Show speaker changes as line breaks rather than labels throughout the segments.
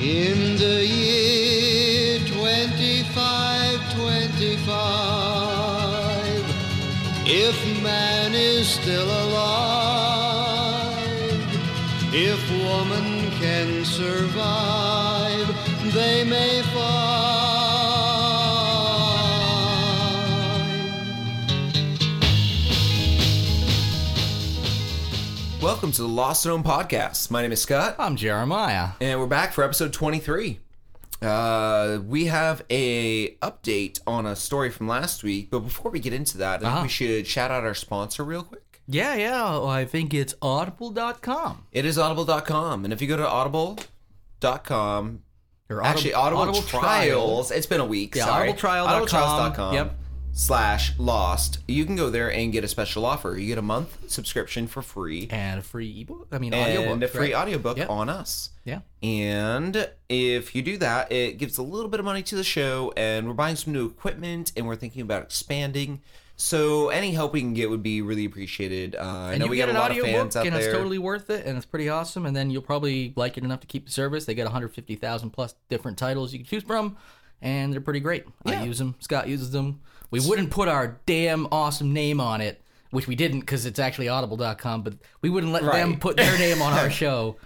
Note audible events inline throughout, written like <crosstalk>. In the year 2525, if man is still alive, if woman can survive, they may find.
Welcome to the Lost and Owned podcast. My name is Scott,
I'm Jeremiah.
and we're back for episode 23. Uh, we have a update on a story from last week, but before we get into that, I think
Uh-huh.
we should shout out our sponsor real quick.
Yeah, yeah. well, I think it's audible.com.
It is audible.com, and if you go to audible.com,
Or audi-
actually audible, trials, it's been a week,
Yeah,
sorry.
audibletrial.com,
audibletrials.com.
yep.
Slash lost. You can go there and get a special offer. You get a month subscription for free
And a free ebook. I mean,
and
audiobook.
a free
right?
audiobook
Yep.
on us.
Yeah.
And if you do that, it gives a little bit of money to the show, and we're buying some new equipment, and we're thinking about expanding. So any help we can get would be really appreciated. Uh, I
And
know
you
we
get
got
an
a lot of
audiobook,
fans out
and
there.
it's totally worth it, and it's pretty awesome. And then you'll probably like it enough to keep the service. They got 150,000 plus different titles you can choose from, and they're pretty great. I use them. Scott uses them. We wouldn't put our damn awesome name on it, which we didn't because it's actually audible.com, but we wouldn't let them
Right.
put their name on
<laughs>
our show.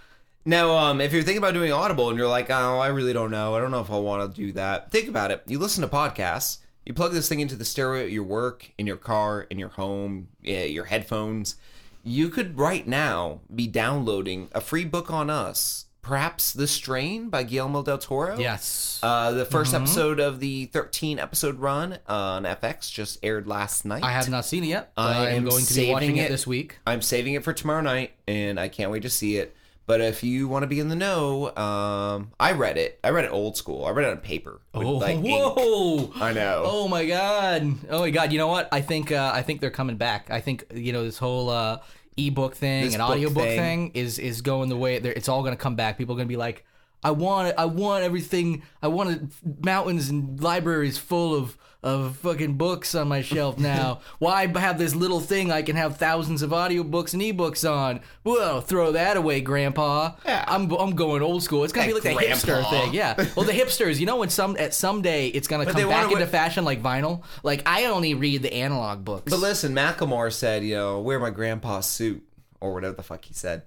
Now, um, if you're thinking about doing Audible and you're like, oh, I really don't know, I don't know if I want to do that. Think about it. You listen to podcasts. You plug this thing into the stereo at your work, in your car, in your home, yeah, your headphones. You could right now be downloading a free book on us, perhaps The Strain by Guillermo del Toro.
Yes. Mm-hmm.
Uh, the 1st episode of the 13 episode run on FX just aired last night.
I have not seen it yet, but
I
I am
am
going to be
saving
watching
it.
it this week.
I'm saving it for tomorrow night, and I can't wait to see it. But if you want to be in the know, um, I read it. I read it old school. I read it on paper. with,
Oh,
like, ink.
<laughs> whoa!
I know.
Oh my god! Oh my god! You know what? I think uh, I think they're coming back. I think you know this whole uh, ebook thing
This
and
book
audiobook
thing.
thing. is is going the way. they're- It's all going to come back. People are going to be like, I want it. I want everything. I want it, mountains and libraries full of of fucking books on my
<laughs>
shelf now. Why have this little thing I can have thousands of audiobooks and ebooks on? Well, throw that away, Grandpa.
Yeah.
I'm I'm going old school. It's gonna
Hey,
be like the
Grandpa.
hipster thing. Yeah. Well, the hipsters. You know, when some at some day it's gonna
they
come back
wanna
into
wi-
fashion like vinyl. Like I only read the analog books.
But listen, Macklemore said, you know, wear my grandpa's suit or whatever the fuck he said.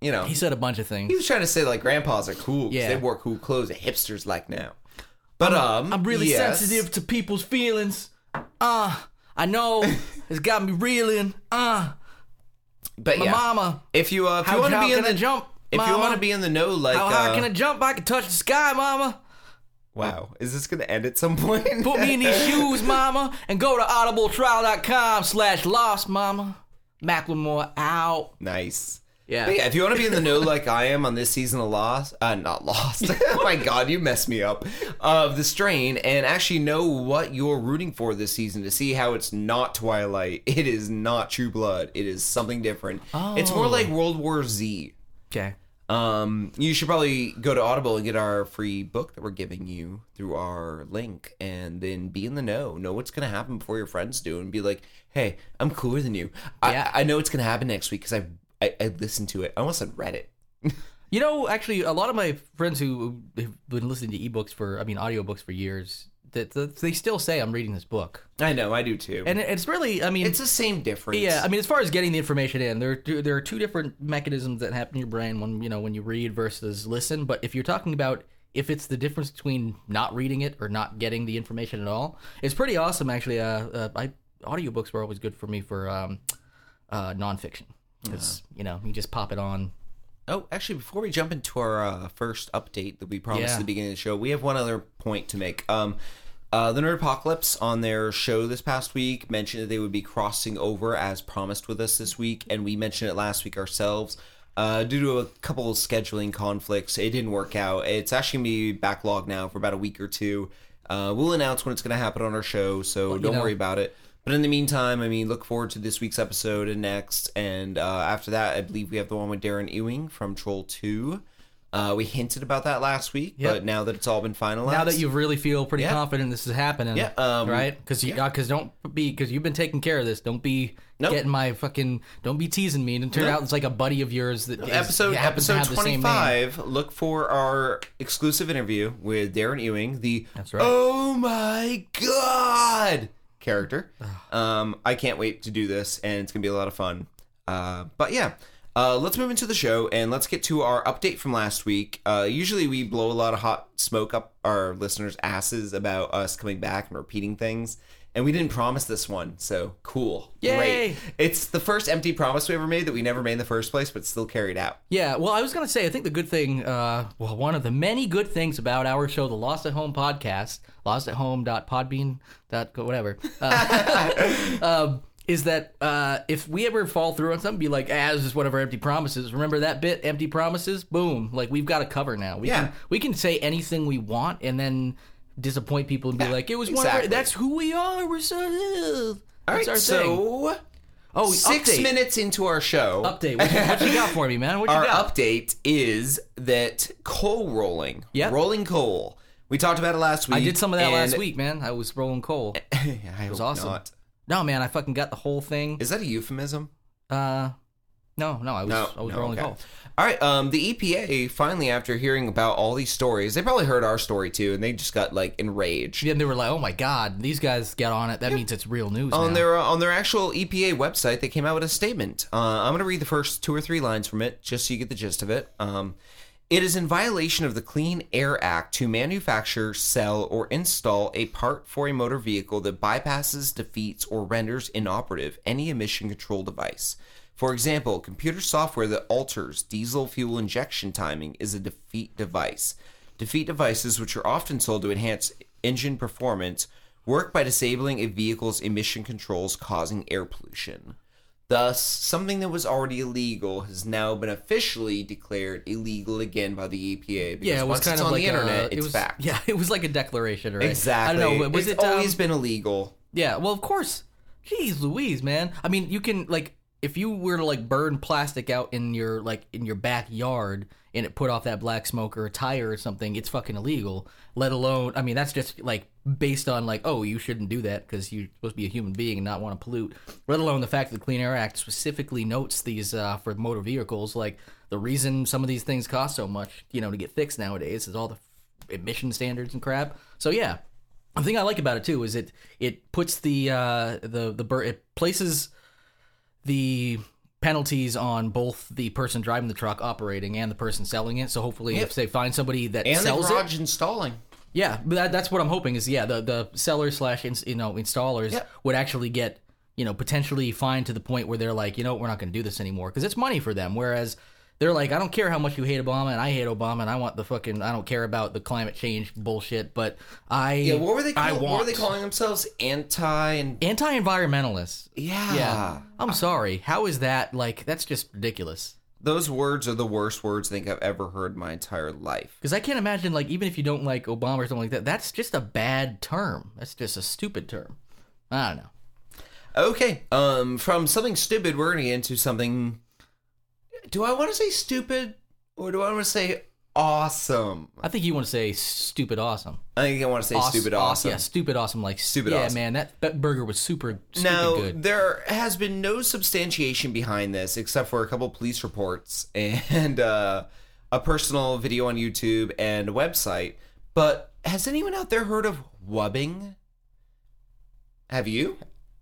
You know,
he said a bunch of
he
things.
was trying to say like grandpas are cool. 'cause
Yeah.
they wore cool clothes that hipsters like now. But um,
I'm really
yes.
sensitive to people's feelings. Ah,
<laughs>
I know it's got me reeling. Ah,
But
my
yeah,
mama.
if you uh, if
How,
you want to
how
be in
can I
the
jump?
if
mama?
you want to be in the know, like
how high
uh,
can I jump? I can touch the sky, mama.
wow, is this gonna end at some <laughs> point?
Put me
<laughs>
in these shoes, mama, and go to audibletrial.com slash lost, mama. Macklemore out.
nice.
Yeah.
But yeah, if you want to be in the know like I am on this season of Lost, uh, not Lost. <laughs> oh my God, you messed me up. Of the strain, and actually know what you're rooting for this season to see how it's not Twilight. <laughs> It is not True Blood. It is something different. It's more
Oh.
like World War Z.
Okay.
Um, you should probably go to Audible and get our free book that we're giving you through our link, and then be in the know. Know what's gonna happen before your friends do, and be like, "Hey, I'm cooler than you. I,
Yeah.
I know what's gonna happen next week because I, I I listened to it. I almost said read it.
You know, actually, a lot of my friends who have been listening to ebooks for, I mean, audiobooks for years, that that they still say I'm reading this book,
I know, I do too.
and it's really, I mean,
it's the same difference.
yeah, I mean, as far as getting the information in, there are two, there are two different mechanisms that happen in your brain when you know when you read versus listen. But if you're talking about if it's the difference between not reading it or not getting the information at all, it's pretty awesome actually. Uh, uh I audiobooks were always good for me for um, uh, nonfiction because you know you just pop it on.
Oh, actually, before we jump into our uh, first update that we promised
Yeah.
at the beginning of the show, we have one other point to make. Um, uh, the Nerd Apocalypse on their show this past week mentioned that they would be crossing over as promised with us this week, and we mentioned it last week ourselves. Uh, due to a couple of scheduling conflicts, it didn't work out. It's actually going to be backlogged now for about a week or two. Uh, we'll announce when it's going to happen on our show, so don't
know.
worry about it. But in the meantime, I mean, look forward to this week's episode and next. And uh, after that, I believe we have the one with Darren Ewing from Troll 2. Uh, we hinted about that last week,
Yep.
but now that it's all been finalized,
Now that you really feel pretty
Yeah.
confident this is happening,
Yeah, um,
right? Because you, because don't be because you've been taking care of this. Don't be
Nope.
getting my fucking. Don't be teasing me. And it turned
No.
out it's like a buddy of yours that is-
episode
happens
episode
to have the same
twenty
name.
five, look for our exclusive interview with Darren Ewing, the
That's right.
oh my god character. Um, I can't wait to do this, and it's gonna be a lot of fun. Uh, but yeah. Uh, let's move into the show and let's get to our update from last week. Uh, usually, we blow a lot of hot smoke up our listeners' asses about us coming back and repeating things, and we didn't promise this one. So cool!
Yay.
Great. It's the first empty promise we ever made that we never made in the first place, but still carried out.
Yeah, well, I was gonna say, I think the good thing, uh, well, one of the many good things about our show, the Lost at Home podcast, Lost at lostathome.podbean.co, whatever, uh, <laughs> um, is that uh, if we ever fall through on something, be like, ah, this is one of our empty promises. Remember that bit, empty promises? Boom! Like we've got a cover now. We
Yeah.
can we can say anything we want and then disappoint people and be like, it was one.
exactly.
Of our, that's who we are. We're so.
All
that's
right,
our thing.
so
oh,
six
update.
minutes into our show,
update.
<laughs>
What, you- what you got for me, man? What you
our
got?
update is that coal rolling,
Yep.
rolling coal. We talked about it last week.
I did some of that
and- <laughs> Eh.
last week, man. I was rolling coal.
I it
was awesome. No, man, I fucking got the whole thing.
Is that a euphemism?
Uh, no, no, I was
No,
I Oh, was
no,
rolling
okay.
coal.
All right. Um, the EPA finally, after hearing about all these stories, they probably heard our story too, and they just got like enraged.
Then they were like, "Oh my god, these guys got on it. That means it's real news."
on
now.
their uh, on their actual EPA website, they came out with a statement. Uh, I'm going to read the first two or three lines from it, just so you get the gist of it. Um, it is in violation of the Clean Air Act to manufacture, sell, or install a part for a motor vehicle that bypasses, defeats, or renders inoperative any emission control device. For example, computer software that alters diesel fuel injection timing is a defeat device. Defeat devices, which are often sold to enhance engine performance, work by disabling a vehicle's emission controls causing air pollution. Thus, something that was already illegal has now been officially declared illegal again by the EPA because
yeah, it was
once
kind
it's
of
on
like
the internet,
a, it
it's
was,
fact.
<laughs> Yeah, it was like a declaration, right?
<laughs> Exactly.
I don't know. Was
it's
it um,
always been illegal.
Yeah, well, of course. Jeez Louise, man. I mean, you can like if you were to like burn plastic out in your like in your backyard and it put off that black smoke or a tire or something, it's fucking illegal. Let alone, I mean, that's just like based on like, oh, you shouldn't do that because you're supposed to be a human being and not want to pollute. Let alone the fact that the Clean Air Act specifically notes these uh, for motor vehicles. Like the reason some of these things cost so much, you know, to get fixed nowadays is all the emission standards and crap. So yeah, the thing I like about it too is it it puts the uh, the the bur- it places the penalties on both the person driving the truck operating and the person selling it. So hopefully, if they find somebody that
And the
sells it,
garage installing.
yeah, but that, that's what I'm hoping is yeah the the seller slash ins, you know installers
Yep.
would actually get you know potentially fined to the point where they're like you know what, we're not going to do this anymore because it's money for them. Whereas they're like I don't care how much you hate Obama and I hate Obama and I want the fucking I don't care about the climate change bullshit, but I
Yeah, what were they?
I
Call, what were
want-
they calling themselves? Anti and
anti-environmentalists.
yeah.
Yeah, I'm sorry. How is that like? That's just ridiculous.
Those words are the worst words I think I've ever heard in my entire life.
Because I can't imagine like even if you don't like Obama or something like that, that's just a bad term. That's just a stupid term. I don't know.
Okay. Um, from something stupid, we're gonna get into something. Do I want to say stupid or do I want to say awesome?
I think you want to say stupid awesome.
I think I want to say
Awes-
stupid
aw-
awesome.
Yeah, stupid awesome. Like
Stupid
Yeah,
awesome.
man, that, that burger was super stupid
Now
good.
there has been no substantiation behind this, except for a couple police reports <laughs> and uh, a personal video on YouTube and a website. But has anyone out there heard of wubbing? Have you?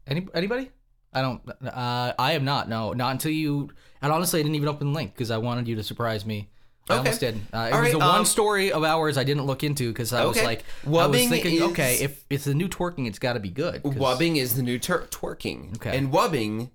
Any, anybody? I don't. Uh, I am not. No, not until you. And honestly, I didn't even open the link because I wanted you to surprise me. I
Okay.
almost did. Uh, it
All
was
right,
the
um,
one story of ours I didn't look into because I was
Okay.
like, I was
Wubbing
thinking,
is-
okay, if it's a new twerking, it's got to be good. 'cause-
Wubbing is the new ter- twerking.
Okay.
And wubbing,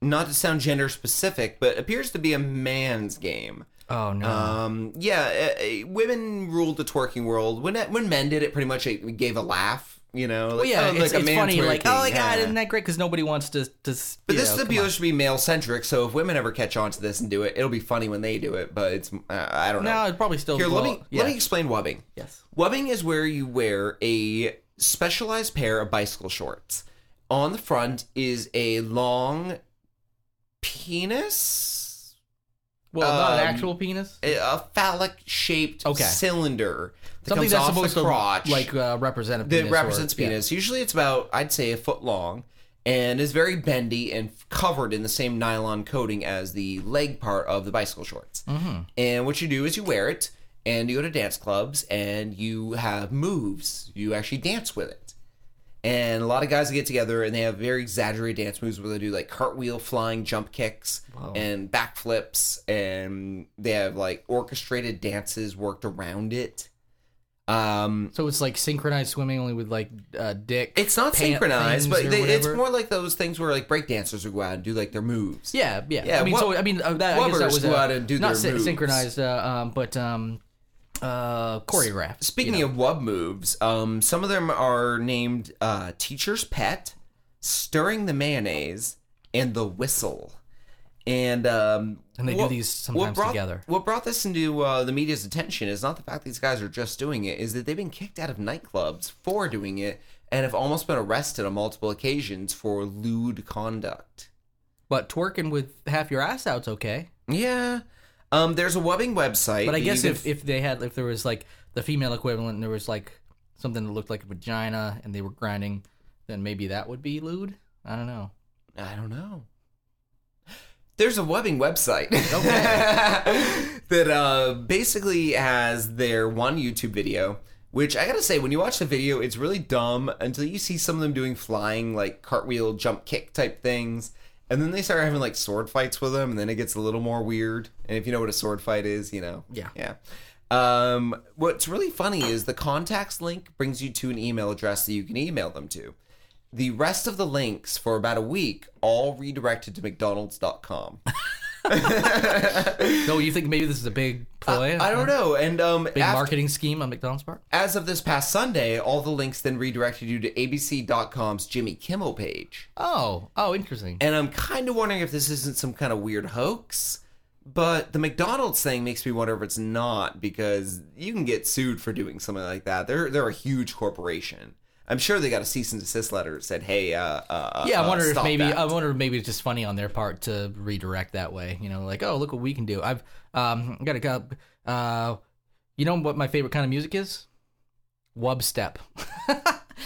not to sound gender specific, but appears to be a man's game.
Oh no.
Um, yeah, uh, uh, women ruled the twerking world. When eh, when men did it, pretty much it gave a laugh. You know, like,
Well, yeah,
oh,
it's,
like a
it's
man
funny. Like,
twerking,
oh my god,
yeah.
isn't that great? Because nobody wants to. to s-
But
you
this
know,
is
come on.
appeals to be male centric, so if women ever catch on to this and do it, it'll be funny when they do it. But it's uh, I don't
No,
know.
it'd probably still.
Here, let
blow-
me
yeah.
let me explain wubbing.
Yes.
Webbing is where you wear a specialized pair of bicycle shorts. On the front is a long penis
Well, not an
Um,
actual penis.
a- a phallic shaped
Okay.
cylinder that
Something
comes
that's
off
supposed
the crotch
to like uh, represent a
that
penis. or-
represents
yeah.
penis. Usually it's about I'd say a foot long and is very bendy and f- covered in the same nylon coating as the leg part of the bicycle shorts.
Mm-hmm.
And what you do is you wear it and you go to dance clubs and you have moves. You actually dance with it. And a lot of guys get together and they have very exaggerated dance moves where they do like cartwheel flying jump kicks and backflips and they have like orchestrated dances worked around it. Um
So it's like synchronized swimming only with like uh, dick.
it's not
pant
synchronized,
things
but
or
they, it's
whatever.
more like those things where like breakdancers would go out and do like their moves.
Yeah, yeah.
Yeah,
I mean,
wub-
so I mean, uh, that, I guess that
wubbers
was
go
uh,
out and do
not
their moves.
synchronized, uh, um, but um, uh, choreographed.
Speaking of wub moves, um, some of them are named uh, "Teacher's Pet," "Stirring the Mayonnaise," and "The Whistle." And um,
And they do these sometimes
brought,
together.
What brought this into uh, the media's attention is not the fact these guys are just doing it; is that they've been kicked out of nightclubs for doing it and have almost been arrested on multiple occasions for lewd conduct.
but twerking with half your ass out's okay.
Yeah. Um, there's a webbing website.
But I
that
guess
you
if,
can
if they had if there was like the female equivalent, and there was like something that looked like a vagina, and they were grinding, then maybe that would be lewd. I don't know.
f- I don't know. There's a webbing website. <laughs> that uh, basically has their one YouTube video, which I gotta say, when you watch the video, it's really dumb until you see some of them doing flying, like cartwheel, jump kick type things. And then they start having like sword fights with them, and then it gets a little more weird. And if you know what a sword fight is, you know.
Yeah.
Yeah. Um, what's really funny is the contacts link brings you to an email address that you can email them to. The rest of the links for about a week all redirected to
<laughs>
McDonald's.com.
So you think maybe this is a big ploy?
I don't know. And um,
Big
after-
marketing scheme on McDonald's part.
As of this past Sunday, all the links then redirected you to ABC.com's Jimmy Kimmel page.
Oh, oh, interesting.
And I'm kind of wondering if this isn't some kind of weird hoax, but the McDonald's thing makes me wonder if it's not because you can get sued for doing something like that. They're they're a huge corporation. I'm sure they got a cease and desist letter that said, "Hey, uh, uh, uh,
Yeah, I
uh,
wonder if
stop
maybe
that.
I wonder if maybe it's just funny on their part to redirect that way. You know, like oh look what we can do. I've um got to go. Uh, you know what my favorite kind of music is? Wub step. <laughs>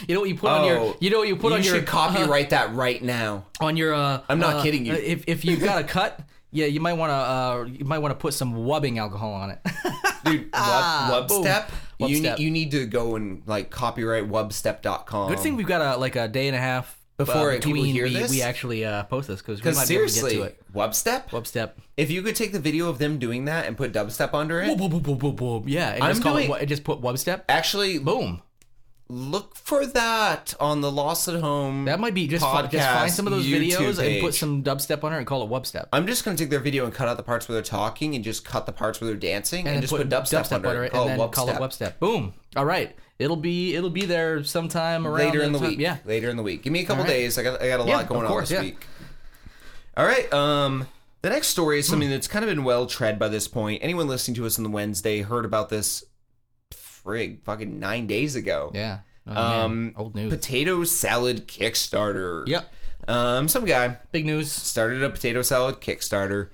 you know what you put on your
Oh,
you know what you put
you
on your uh,
should copyright that right now."
on your. Uh,
I'm not
uh,
kidding you.
If if you've got a cut, yeah, you might want to uh you might want to put some wubbing alcohol on it.
<laughs> Dude, Wub,
boom.
Ah, Wubstep,
Wubstep.
you need you need to go and like copyright Wubstep.com.
Good thing we've got a like a day and a half
Um, Before
uh,
people
between
hear
we,
this?
we actually uh, post this because we
Because
might be
seriously,
able to get
Wubstep.
to it. Wub step.
If you could take the video of them doing that and put dubstep under it,
Boom, boom, boom, boom, boom, boom. Yeah, and
I'm
just call it
doing-
it. Just put web step.
actually
Boom.
look for that on the Lost at Home.
That might be just, fun. just
podcast
find some of those
YouTube
videos and put
page.
some dubstep on it and call it web step.
I'm just gonna take their video and cut out the parts where they're talking and just cut the parts where they're dancing and,
then
just put, dubstep, under, it.
and
Call
then
it
call it
Wubstep.
web step. Boom. All right. It'll be it'll be there sometime around
later in
that
the
time.
week.
Yeah.
later in the week. Give me a couple
All right.
days. I got I got a
Yeah,
lot going
of course,
on
yeah.
this week. All right. Um, the next story is
Hmm.
something that's kind of been well tread by this point. Anyone listening to us on the Wednesday heard about this. Frig, fucking nine days ago.
Yeah. Oh, man.
Um,
Old news.
Potato salad Kickstarter.
Yep.
Um, some guy
Big news.
started a potato salad Kickstarter.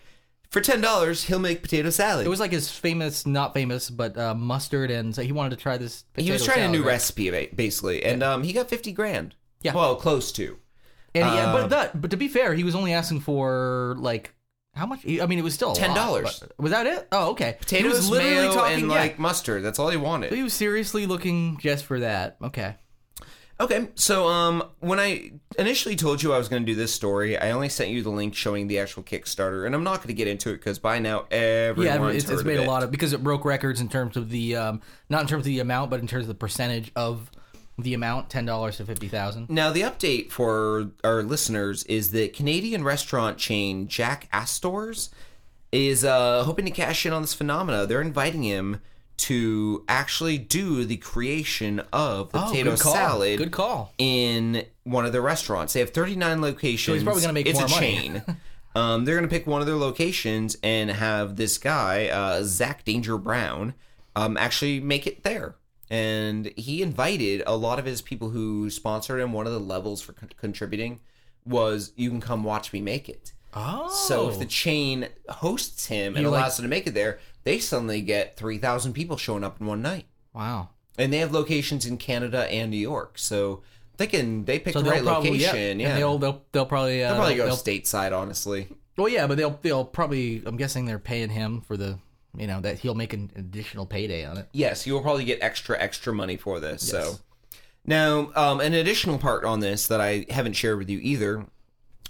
For ten dollars, he'll make potato salad.
It was like his famous, not famous, but uh, mustard and so he wanted to try this.
he
potato
was trying
salad,
a new
right?
recipe, ba- basically, and um, he got fifty grand.
Yeah.
Well, close to.
And
Um,
yeah, but that, but to be fair, he was only asking for like how much? I mean, it was still a lot,
$10.
but- Was that it? Oh, okay.
Potatoes,
he was literally
mayo,
talking
and
yeah.
like mustard. That's all he wanted.
He was seriously looking just for that. Okay.
Okay, so um, when I initially told you I was going to do this story, I only sent you the link showing the actual Kickstarter, and I'm not going to get into it because by now
Yeah,
everyone's
it's, it's
heard
made
of
a
it.
lot of because it broke records in terms of the um, not in terms of the amount, but in terms of the percentage of the amount, ten dollars to fifty thousand.
Now, the update for our listeners is that Canadian restaurant chain Jack Astor's is uh, hoping to cash in on this phenomena. They're inviting him to actually do the creation of the potato
Oh, good call.
Oh, salad
Good call.
in one of their restaurants. They have 39 locations. So
he's probably gonna make
it's
more
a
money. <laughs>
chain. um, they're going to pick one of their locations and have this guy, uh, Zach Danger Brown, um, actually make it there. And he invited a lot of his people who sponsored him. One of the levels for con- contributing was you can come watch me make it.
Oh.
So if the chain hosts him and
You, like-
allows him to make it there, they suddenly get 3,000 people showing up in one night.
wow.
And they have locations in Canada and New York. So they can they picked
So
the
they'll
right
probably
location.
yeah.
Yeah.
and They'll, they'll they'll probably uh,
They'll probably go
they'll-
stateside, honestly.
Well, yeah, but they'll they'll probably. I'm guessing they're paying him for the you know that he'll make an additional
<laughs>
payday on it.
Yes, you will probably get extra extra money for this. So now, um, an additional part on this that I haven't shared with you either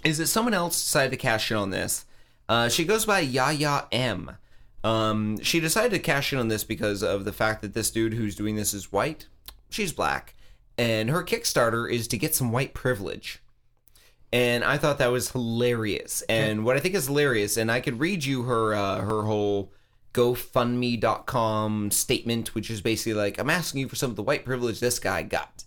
is that someone else decided to cash in on this. Uh, she goes by Yaya M. Um, she decided to cash in on this because of the fact that this dude who's doing this is white. She's black, and her Kickstarter is to get some white privilege. And I thought that was hilarious. And what I think is hilarious, and I could read you her uh, her whole GoFundMe.com statement, which is basically like, "I'm asking you for some of the white privilege this guy got."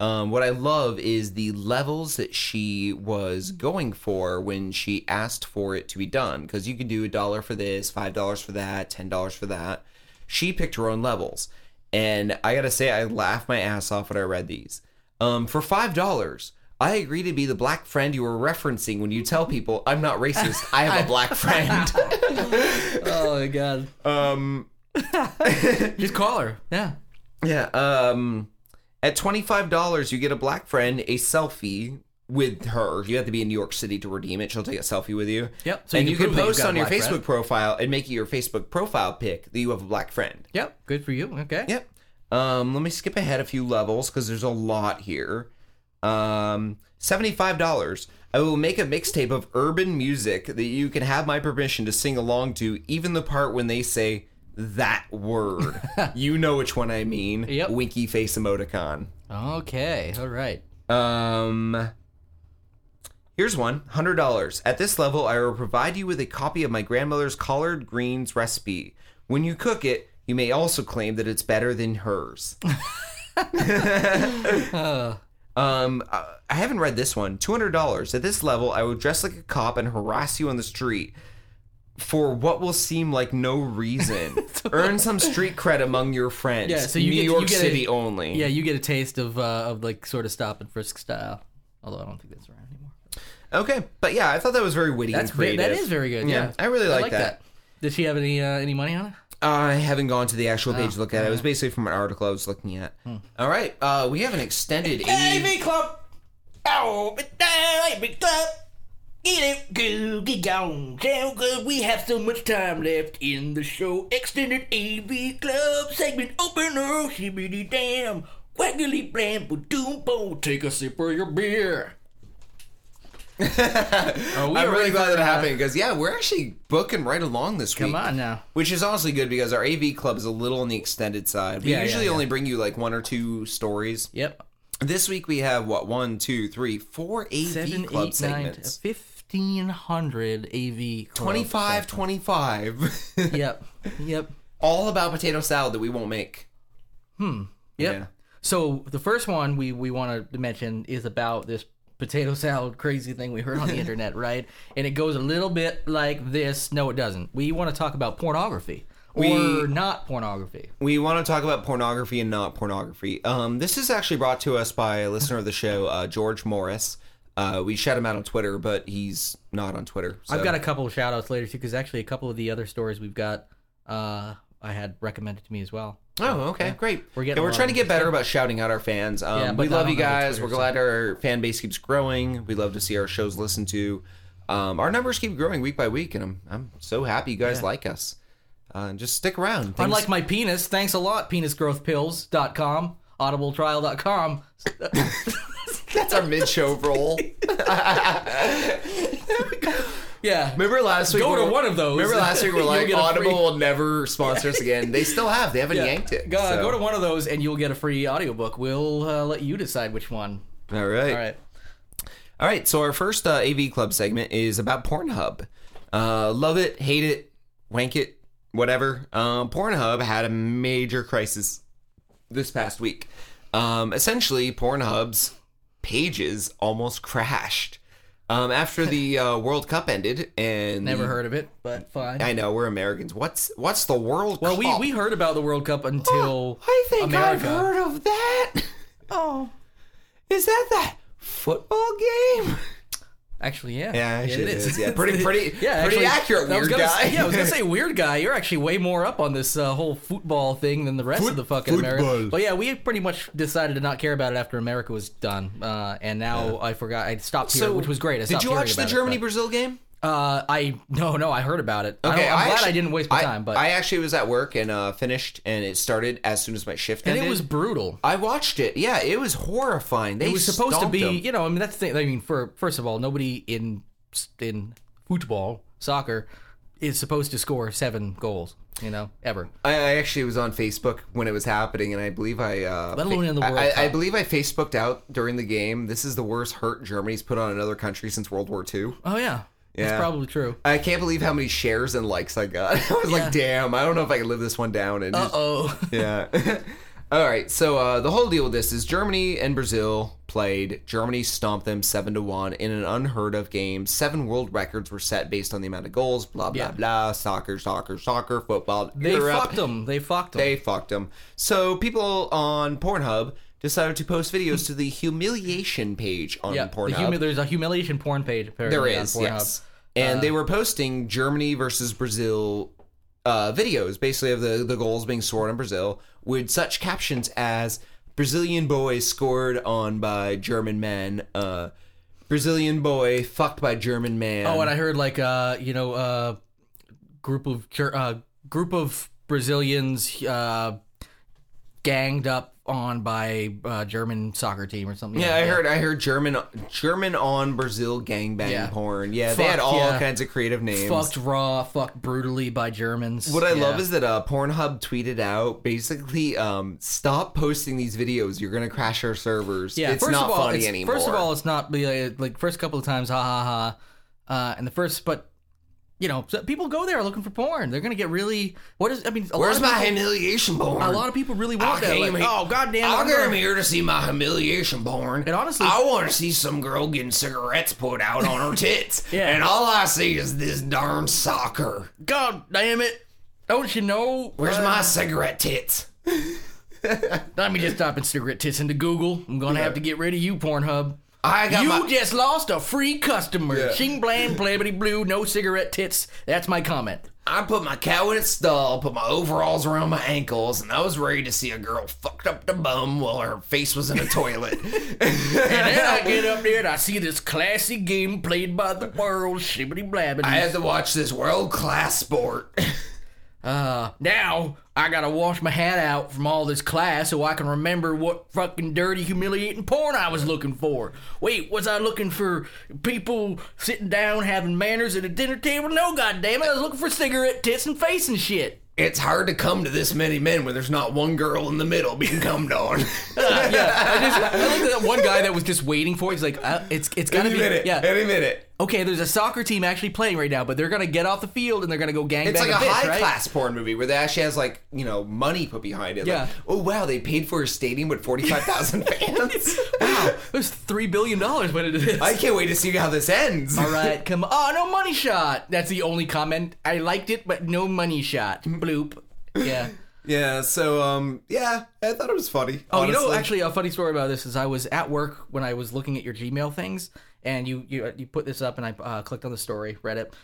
Um, what I love is the levels that she was going for when she asked for it to be done. Because you can do a dollar for this, five dollars for that, ten dollars for that. She picked her own levels, and I gotta say, I laughed my ass off when I read these. Um, for five dollars, I agree to be the black friend you were referencing when you tell people I'm not racist. I have a black friend.
Oh my god.
um,
Just call her. Yeah.
yeah. Um, at twenty five dollars, you get a black friend, a selfie with her. You have to be in New York City to redeem it. She'll take a selfie with you.
Yep, so you
and
can
you can,
prove that you've
post
got a
on your
black
Facebook
friend.
profile and make it your Facebook profile pic that you have a black friend.
Yep. Good for you. Okay.
Yep. Um, let me skip ahead a few levels because there's a lot here. Um, seventy-five dollars. I will make a mixtape of urban music that you can have my permission to sing along to, even the part when they say that
<laughs>
word. you know which one I mean.
Yep.
Winky face emoticon.
Okay. All right.
Um. Here's one, hundred dollars. At this level, I will provide you with a copy of my grandmother's collard greens recipe. When you cook it, you may also claim that it's better than
<laughs>
hers. <laughs> um, I I haven't read this one. Two hundred dollars. At this level, I will dress like a cop and harass you on the street for what will seem like no
<laughs>
reason. Earn some street cred among your friends.
Yeah, so you
New
get- you
York
get a-
City only.
Yeah, you get a taste of uh, of like sort of stop and frisk style. Although I don't think that's around anymore.
Okay, but yeah, I thought that was very witty
That's
and
ve-
creative.
that is very good. Yeah,
I really like, that.
Did she have any uh, any money on it?
I haven't gone to the actual page
Ah,
to look at it. It was basically from an article I was looking at.
Hmm.
All right, uh, we have an
<laughs>
extended. e- 80... <laughs>
club. Oh, but that AV club. Get it, go, get gone. Sound good. We have so much time left in the show. Extended AV club segment opener. Shibbity damn. Waggly blam, boom, Take a sip of your beer. Are we
I'm
ready
really glad
for,
that
uh,
happened because yeah, we're actually booking right along this week.
Come on now.
Which is honestly good because our AV club is a little on the extended side. We
Yeah, yeah,
usually
yeah.
only bring you like one or two stories.
Yep.
This week we have what one, two, three, four AV
Seven,
E club
eight, nine,
segments.
1500 AV E club.
25, 25.
Yep. Yep.
<laughs> All about potato salad that we won't make.
Yep.
Yeah.
So the first one we we want to mention is about this potato salad crazy thing we heard
<laughs>
on the internet, right? And it goes a little bit like this. No, it doesn't. We want to talk about pornography
We-
or not pornography.
we want to talk about pornography and not pornography. Um, this is actually brought to us by a listener of the show, uh, George Morris. Uh, we shout him out on Twitter, but he's not on Twitter. So.
I've got a couple of shout outs later too, because actually a couple of the other stories we've got, uh, I had recommended to me as well.
Oh, okay, great.
We're
We're
getting
and
a
we're
lot
trying to
of
get better about shouting out our fans. Um,
Yeah,
we
but I
love
don't
you
have a
guys.
Twitter,
We're glad our fan base keeps growing. We love to see our shows listened to. Um, our numbers keep growing week by week, and I'm I'm so happy you guys like us. Uh, just stick around. Things-
Unlike my penis, thanks a lot, penisgrowthpills.com, <laughs> audibletrial.com.
that's our mid-show
<laughs>
roll.
Yeah.
Remember last week?
Go to
we were-
one of those.
Remember last week we we're
<laughs> You'll
like
get a
Audible
free-
will never sponsor us again. They still have. They haven't
Yeah.
yanked it.
Go,
so.
go to one of those and you'll get a free audiobook. We'll uh, let you decide which one.
All right.
All right.
All right. So our first uh, AV Club segment is about Pornhub. Uh, love it, hate it, wank it, whatever. Um, Pornhub had a major crisis this past week. Um, essentially, Pornhub's pages almost crashed um, after
<laughs>
the uh, World Cup ended, and
Never heard of it, but fine.
I know we're Americans. What's what's the World
well,
Cup?
we, we heard about the World
<gasps>
Cup until
I think I've
America.
heard of
<laughs>
that. Oh, is that that football game?
Actually, yeah.
Yeah, actually
it
it
is.
is.
<laughs>
Yeah, pretty- pretty- pretty accurate,
I was
weird
gonna
guy.
say- yeah,
<laughs>
I was gonna say weird guy. You're actually way more up on this uh, whole football thing than the rest of the fucking America.
football.
But yeah, we pretty much decided to not care about it after America was done, uh, and now I forgot. I stopped here, which was great. I
did
stopped
you
hearing
watch the
about it,
Germany
but-
Brazil game?
uh, I no, no, I heard about it. I don't, I'm glad
actually-
I didn't waste my
I-
time, but
I actually was at work and uh, finished, and it started as soon as my shift
and
ended.
it was brutal.
I watched it. Yeah, it was horrifying. They
it was supposed to
stomped
be,
them.
you know, I mean, that's the thing. I mean, for first of all, nobody in in football, soccer, is supposed to score seven goals, you know, ever.
I, I actually was on Facebook when it was happening, and I believe I. Uh,
Let alone in the
I-
World
I, I
Cup.
believe I Facebooked out during the game. This is the worst hurt Germany's put on another country since World War II.
Oh yeah, that's
Yeah.
probably true.
I can't believe how many shares and likes I got. <laughs> I was
Yeah.
like, damn, I don't know if I can live this one down. And
Uh
just-
<laughs> oh.
yeah. <laughs> All right. So uh, the whole deal with this is Germany and Brazil played. Germany stomped them seven to one in an unheard of game. Seven world records were set based on the amount of goals. Blah blah
Yeah.
blah. Soccer, soccer, soccer. Football.
They
Europe.
fucked them. They fucked them.
They fucked them. So people on Pornhub decided to post videos to the humiliation page on
yeah, the
Pornhub.
humi- there's a humiliation porn page. apparently,
There
on
is,
Pornhub. Uh,
yes. And they were posting Germany versus Brazil uh, videos, basically of the, the goals being scored in Brazil, with such captions as Brazilian boy scored on by German men, uh, Brazilian boy fucked by German man.
Oh, and I heard like uh, you know, uh, group of Ger- uh, group of Brazilians uh, ganged up on by uh, German soccer team or something.
yeah, I heard. I heard German, German on Brazil gangbang
Yeah.
porn. Yeah, they
Fuck,
had all
yeah.
kinds of creative names.
fucked raw, fucked brutally by Germans.
What I
Yeah.
love is that uh, Pornhub tweeted out basically, um, stop posting these videos. You're gonna crash our servers.
yeah.
it's
first
not
of all,
funny
it's,
anymore.
First of all, it's not like, like first couple of times, ha ha ha, uh, and the first, but you know, so people go there looking for porn. They're gonna get really. What is? I mean, a
where's
lot of
my
people,
humiliation porn?
A lot of people really want that. Like, oh goddamn!
I
I'm
came
gonna-
here to see my humiliation porn.
And honestly-
I want to see some girl getting cigarettes put out on
<laughs>
her tits.
Yeah.
And all I see is this darn soccer.
God damn it! Don't you know?
Where's
uh,
my cigarette tits?
Let me just type in cigarette tits into Google. I'm gonna have to get rid of you, Pornhub.
I got
You
my.
just lost a free customer.
Yeah.
Shing blam, blabbity blue, no cigarette tits. That's my comment.
I put my cow in its stall, put my overalls around my ankles, and I was ready to see a girl fucked up the bum while her face was in a
<laughs>
toilet.
And then I get up there and I see this classy game played by the world, shibbity blabbity.
I had to watch this world class sport.
Uh, now I gotta wash my hat out from all this class so I can remember what fucking dirty, humiliating porn I was looking for. Wait, was I looking for people sitting down having manners at a dinner table? No, goddamn it, I was looking for cigarette tits and face and shit.
It's hard to come to this many men when there's not one girl in the middle being cummed on.
<laughs> <laughs> yeah, I, just, I looked at that one guy that was just waiting for it. He's like, uh, it's it's
<laughs>
gotta
any
be
minute,
yeah.
any minute.
Okay, there's a soccer team actually playing right now, but they're gonna get off the field and they're gonna go gangbang.
It's like a
bitch,
high
right?
class porn movie where they actually has like you know money put behind it.
Yeah.
Like, oh wow, they paid for a stadium with forty five
<laughs>
thousand fans.
Wow, there's three billion dollars went into this.
I can't wait to see how this ends.
All right, come on. Oh, no money shot. That's the only comment. I liked it, but no money shot. Bloop. Yeah.
Yeah. So um, yeah, I thought it was funny.
Oh, you know, actually, a funny story about this is I was at work when I was looking at your Gmail things, and you you, you put this up, and I uh, clicked on the story, read it,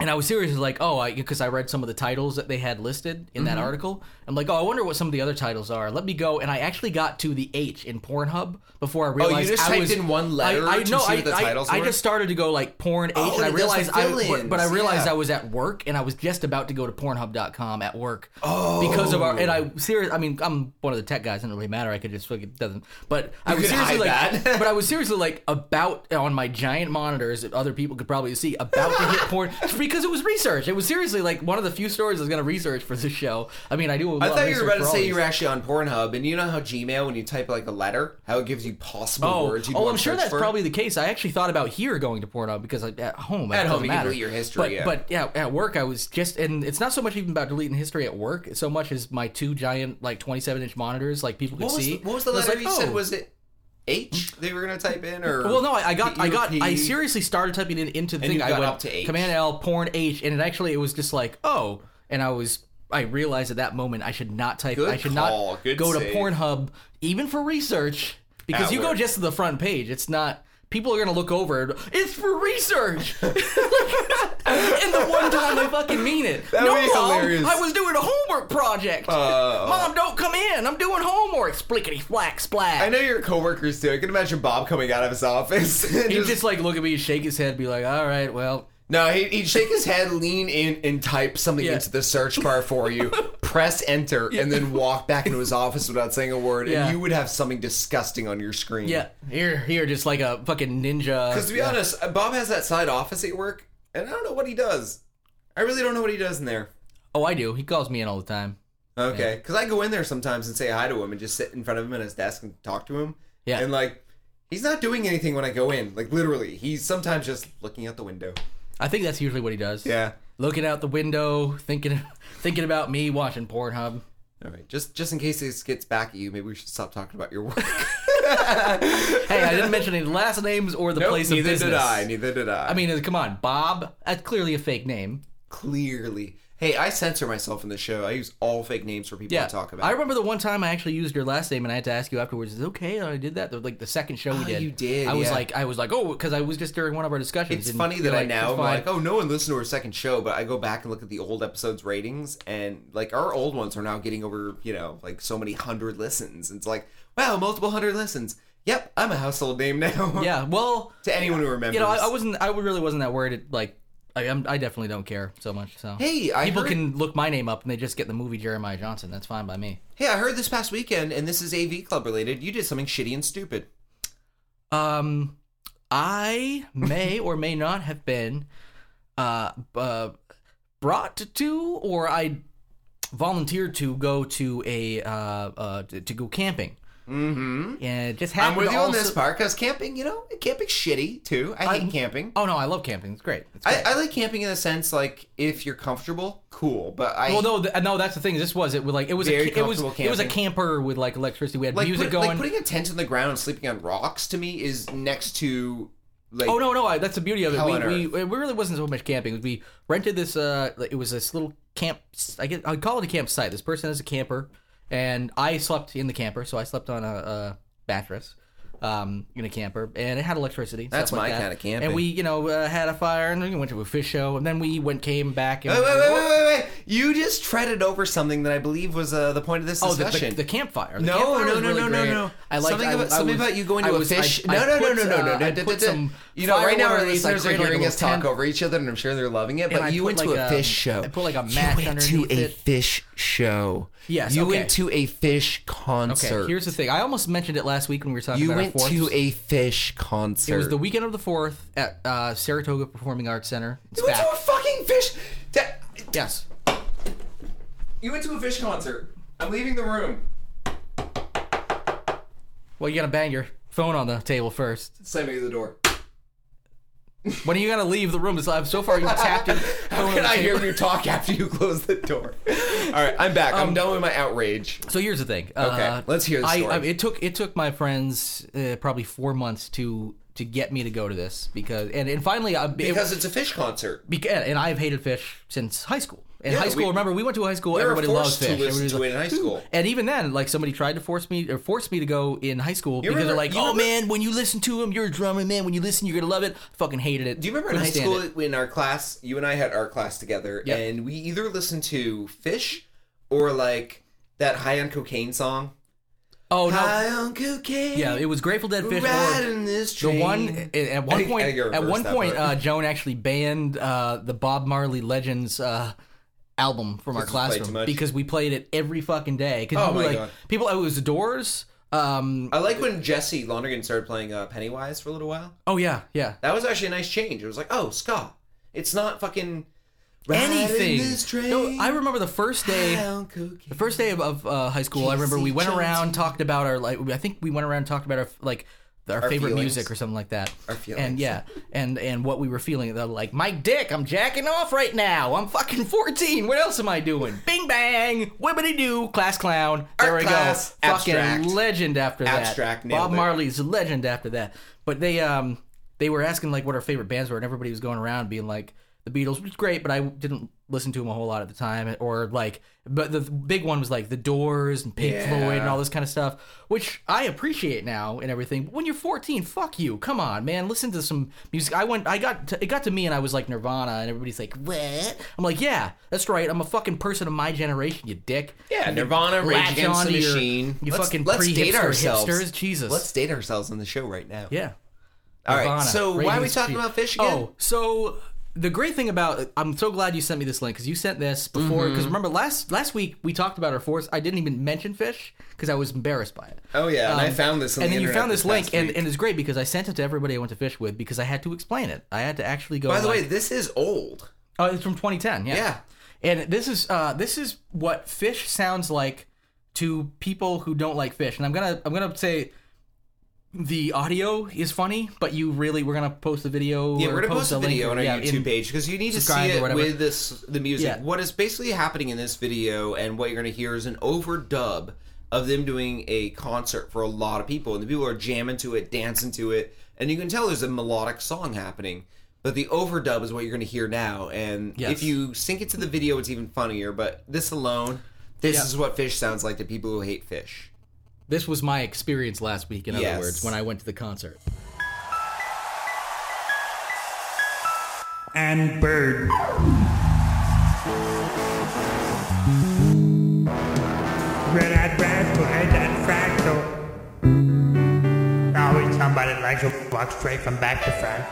and I was serious, like, oh, because I, read some of the titles that they had listed
Mm-hmm.
in that article. I'm like, oh, I wonder what some of the other titles are. Let me go, and I actually got to the H in Pornhub before I realized.
Oh, just
I
typed
was,
in one letter
I, I,
to
no,
see
I,
what the
I-
titles
I
were?
just started to go like porn H,
Oh,
and I
and it does
realized
the
I, but,
fill-ins,
but I realized
yeah.
I was at work, and I was just about to go to Pornhub.com at work
Oh.
because of our. And I serious. I mean, I'm one of the tech guys. It doesn't really matter. I could just fucking doesn't. But I was
could
seriously
hide
like,
that.
but I was seriously like about on my giant monitors that other people could probably see about to hit
<laughs>
porn because it was research. It was seriously like one of the few stories I was gonna research for this show. I mean, I do. a lot
I
of
thought you were
research
about
for
to
all
say
these.
you were actually on Pornhub, and you know how Gmail, when you type like a letter, how it gives you possible
Oh,
words. You'd
oh
want
I'm
to
sure
search
that's
for?
probably the case. I actually thought about here going to Pornhub because I, at home it
At home,
doesn't
you can
matter.
delete your history,
But
yeah.
but yeah, at work I was just, and it's not so much even about deleting history at work, so much as my two giant like 27 inch monitors, like people could
What was,
see.
the, what was the
And I
letter you
like,
said?
oh.
Was it H? They were gonna type in, or E?
Well, no, I, I got, I got, I
POP?
seriously started typing it into the
And
thing.
you
I
got
went
up to H.
Command L, porn H, and it actually it was just like, oh, and I was, I realized at that moment I should not type,
Good
I should
call,
not
good
go to
save.
Pornhub even for research because
At
you go
work.
just to the front page. It's not. people are gonna look over. and, It's for
<laughs>
research. and the one time I fucking mean it.
That
no,
would be
mom,
hilarious. Uh.
I was doing a homework project. mom, don't come in. I'm doing homework. Splickety flack splash.
I know your coworkers too. I can imagine Bob coming out of his office. <laughs> And
He'd
just,
just, like look at me, shake his head, be like, "All right, well."
no, he, he'd shake his head, lean in, and type something
Yeah.
into the search bar for
<laughs>
you. press enter, and then walk back into his office without saying a word.
Yeah.
And you would have something disgusting on your screen.
Yeah, here, here, just like a fucking ninja.
Because to be honest, uh, Bob has that side office at work, and I don't know what he does. I really don't know what he does in there.
oh, I do. He calls me in all the time.
Okay, because I go in there sometimes and say hi to him and just sit in front of him at his desk and talk to him.
Yeah.
And like, he's not doing anything when I go in. Like literally, he's sometimes just looking out the window.
I think that's usually what he does.
Yeah.
looking out the window, thinking, <laughs> thinking about me watching Pornhub.
All right. Just just in case this gets back at you, maybe we should stop talking about your
<laughs>
work.
Hey, I didn't mention any last names or the place of
neither
business.
did I. Neither did I.
I mean, come on, Bob. That's clearly a fake name.
clearly. Hey, I censor myself in the show. I use all fake names for people
Yeah,
to talk about.
I remember the one time I actually used your last name, and I had to ask you afterwards, "Is it okay that I did that?" The- Like the second show we
Ah,
did,
you did,
I was
yeah.
like, I was like, oh, because I was just during one of our discussions.
It's
and
funny
you're
that I
like,
now
"It's
am
fine."
like, oh, no one listened to our second show, but I go back and look at the old episodes ratings, and like our old ones are now getting over, you know, like so many hundred listens. It's like, wow, multiple hundred listens. Yep, I'm a household name <laughs> now.
yeah. Well,
to anyone who remembers.
you know, I, I wasn't. I really wasn't that worried. It, like, I, I'm, I definitely don't care so much. So
Hey, I
people
heard-
can look my name up, and they just get the movie Jeremiah Johnson. That's fine by me.
hey, I heard this past weekend, and this is AV Club related. You did something shitty and stupid.
Um, I
<laughs>
may or may not have been uh, uh brought to or I volunteered to go to a uh, uh to, to go camping. Mm-hmm. And it just
I'm
happened.
with
to
you on
also-
this part because camping, you know, camping's shitty too. I hate camping.
Oh no, I love camping. It's great. It's
I,
great.
I like camping in the sense like if you're comfortable, cool. But I
well, no, th- no, that's the thing. This was it. Was like it was
Very
a, ca- it was
comfortable
it was a
camping.
camper with like electricity. We had
like,
music
put- like
going.
putting a tent on the ground and sleeping on rocks to me is next to like
Oh no, no, I, that's the beauty of it.
Hell
We,
on
we, we really wasn't so much camping. We rented this. Uh, it was this little camp. I guess I'd call it a campsite. This person is a camper, and I slept in the camper, so I slept on a, a mattress. Um, in a camper, and it had electricity.
That's
stuff like
my
that.
kinda camping.
And we, you know, uh, had a fire, and then we went to a fish show, and then we went came back. And
Wait, wait, wait, wait, wait, wait! You just treaded over something that I believe was uh, the point of this
Oh, the,
discussion.
the, the campfire. The
No,
campfire
no,
was
no,
really
no, no,
great.
no.
I like
Something about- something about you going to a fish-
I
No, no, no,
put,
no, no, no,
uh,
no,
I
da-
put
da- da-
some
You know,
firewood
right now our
and, like,
listeners are
created, like, a
hearing us
little
talk
tent.
over each other, and I'm sure they're loving it. But
I
you
put,
went to
like,
a
a-
fish show.
I put, like, a
You
mat
went to
underneath
a
it.
fish show.
Yes,
You
okay.
went to a fish
Okay,
concert.
here's the thing. I almost mentioned it last week when we were talking
you
about
went
our fourth.
to a fish concert.
it was the weekend of the fourth at uh, Saratoga Performing Arts Center. It's
You went
back.
to a fucking fish. that-
Yes.
You went to a fish concert. I'm leaving the room.
Well, you gotta bang your phone on the table first.
Slamming the door.
When are you gonna leave the room? It's- I'm so far you
<laughs>
tapped your phone
How
on
can
the
I
table.
hear you talk after you close the door? All right, I'm back. I'm done with my outrage.
So here's the thing.
Okay,
uh,
let's hear the
I-
story.
I- it took it took my friends uh, probably four months to to get me to go to this because and and finally I, it,
Because it's a fish concert.
Beca- and I've hated fish since high school. In
Yeah,
high school,
we-
remember we went to high school.
were
everybody
forced
loves
to
fish.
listen
Everybody was
to it in high
"Ooh."
school.
and even then, like somebody tried to force me or force me to go in high school because
remember-
they're like,
you
"Oh
remember-
man, when you listen to him, you're a drummer. Man, when you listen, you're gonna love it." I fucking hated it.
Do you remember in high
Couldn't stand
school
it.
in our class, you and I had art class together,
Yep.
and we either listened to Fish or like that High on Cocaine song?
Oh no.
High on Cocaine.
Yeah, it was Grateful Dead Fish. or-
Riding this
the
train.
one at- at one
think- I
point
think I
at
reversed
one
that
point
part.
uh, Joan actually banned uh, the Bob Marley Legends uh, album from our
Because we played too
classroom
much.
because we played it every fucking day. 'Cause
Oh
people,
my
like,
God.
People, it was the Doors. Um,
I like when Jesse Lonergan started playing uh, Pennywise for a little while.
oh yeah, yeah.
That was actually a nice change. It was like, oh, ska. It's not fucking
anything.
Riding this train.
No, I remember the first day.
High on cocaine.
The first day of, of uh, high school, I remember we went around talked about our like. I think we went around talked about our like our, favorite
feelings.
music or something like that. Our
feelings.
And yeah, and and what we were feeling. They're like, my dick, I'm jacking off right now. I'm fucking 14. What else am I doing? Bing bang, wibbity doo, class clown. There
Art
we
class,
go.
abstract.
Fucking legend after that.
Abstract, nailed
Bob
it.
Marley's a legend after that. But they um they were asking like what our favorite bands were, and everybody was going around being like. the Beatles, which is great, but I didn't listen to them a whole lot at the time. Or like, but the big one was like the Doors and Pink
Yeah.
Floyd and all this kind of stuff, which I appreciate now and everything. But when you're 14, fuck you. Come on, man. Listen to some music. I went, I got, to, it got to me and I was like Nirvana, and everybody's like, what? I'm like, yeah, that's right. I'm a fucking person of my generation, you dick.
Yeah, Nirvana, Rage
latch
Against
on
the
to your-
Machine.
you fucking pre-hipster hipsters, Jesus.
Let's date ourselves in the show right now.
Yeah.
All right.
Nirvana,
so
Rage
why are we
Against the
talking
Machine.
about fish again?
Oh, so the great thing about I'm so glad you sent me this link because you sent this before.
Mm-hmm.
Because remember last last week we talked about our force. I didn't even mention fish because I was embarrassed by it.
Oh, yeah, and I found this on
Um, and
the
then you
internet
found
this
this, link,
past
and,
week.
and it's great because I sent it to everybody I went to fish with because I had to explain it. I had to actually go.
By the
like-
way, this is old.
Oh, it's from 2010. Yeah.
Yeah.
And this is uh, this is what fish sounds like to people who don't like fish. And I'm gonna I'm gonna say the audio is funny, but you really we're gonna post the video.
Yeah,
or
we're gonna post a
link
video
or-
on our
yeah,
YouTube
in-
page because you need to see
subscribe or
it
whatever.
with this the music.
Yeah.
What is basically happening in this video and what you're gonna hear is an overdub of them doing a concert for a lot of people, and the people are jamming to it, dancing to it, and you can tell there's a melodic song happening. But the overdub is what you're gonna hear now, and
Yes.
if you sync it to the video, it's even funnier. But this alone, this
Yeah.
is what fish sounds like to people who hate fish.
This was my experience last week. In
Yes.
other words, when I went to the concert.
and bird. Red-eyed rascal ate that fractal. Always somebody likes to walk straight from back to front.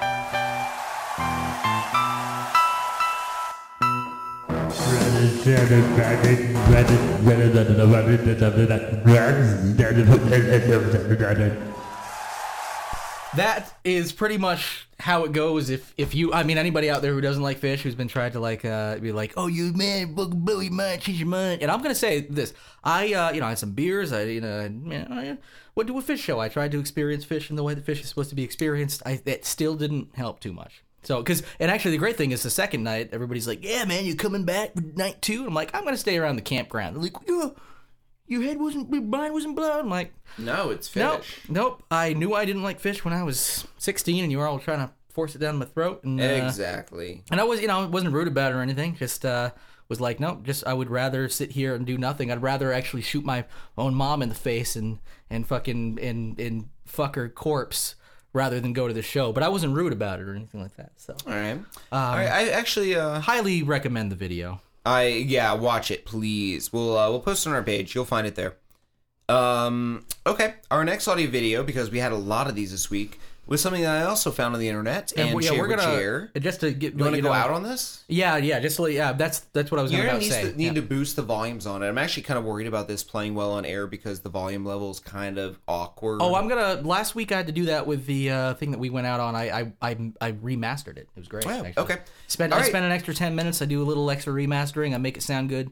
That is pretty much how it goes. If if you, I mean, anybody out there who doesn't like fish, who's been trying to like uh, be like, oh, you man, book Bowie man, change your mind. And I'm gonna say this: I, uh, you know, I had some beers. I, you know, I, man, I went to a fish show. I tried to experience fish in the way that fish is supposed to be experienced. I that still didn't help too much. So, because and actually, the great thing is the second night, everybody's like, yeah, man, you coming back for night two? And I'm like, I'm gonna stay around the campground. They're like, yeah, your head wasn't, your mind wasn't blown. I'm like.
No, it's fish.
Nope, nope. I knew I didn't like fish when I was 16, and you were all trying to force it down my throat. And, uh,
Exactly.
And I was, you know, I wasn't rude about it or anything. Just uh, was like, nope. Just I would rather sit here and do nothing. I'd rather actually shoot my own mom in the face and and fucking and and fuck her corpse rather than go to the show. But I wasn't rude about it or anything like that. So
All right. All right. I actually uh,
highly recommend the video.
I yeah, watch it, please. We'll uh, we'll post it on our page. You'll find it there. Um, okay, our next audio video because we had a lot of these this week was something that I also found on the internet and,
we-
share with Jer.
just to get
You want to go out on this?
Yeah, yeah. Just like yeah, that's that's what I was
You're
gonna
gonna
about
need,
say.
to, need
Yeah.
to boost the volumes on it. I'm actually kind of worried about this playing well on air because the volume level is kind of awkward.
Oh, I'm gonna. Last week I had to do that with the uh, thing that we went out on. I I, I, I remastered it. It was great.
Wow,
actually.
okay.
Spent
All
I
right.
spent an extra ten minutes. I do a little extra remastering. I make it sound good.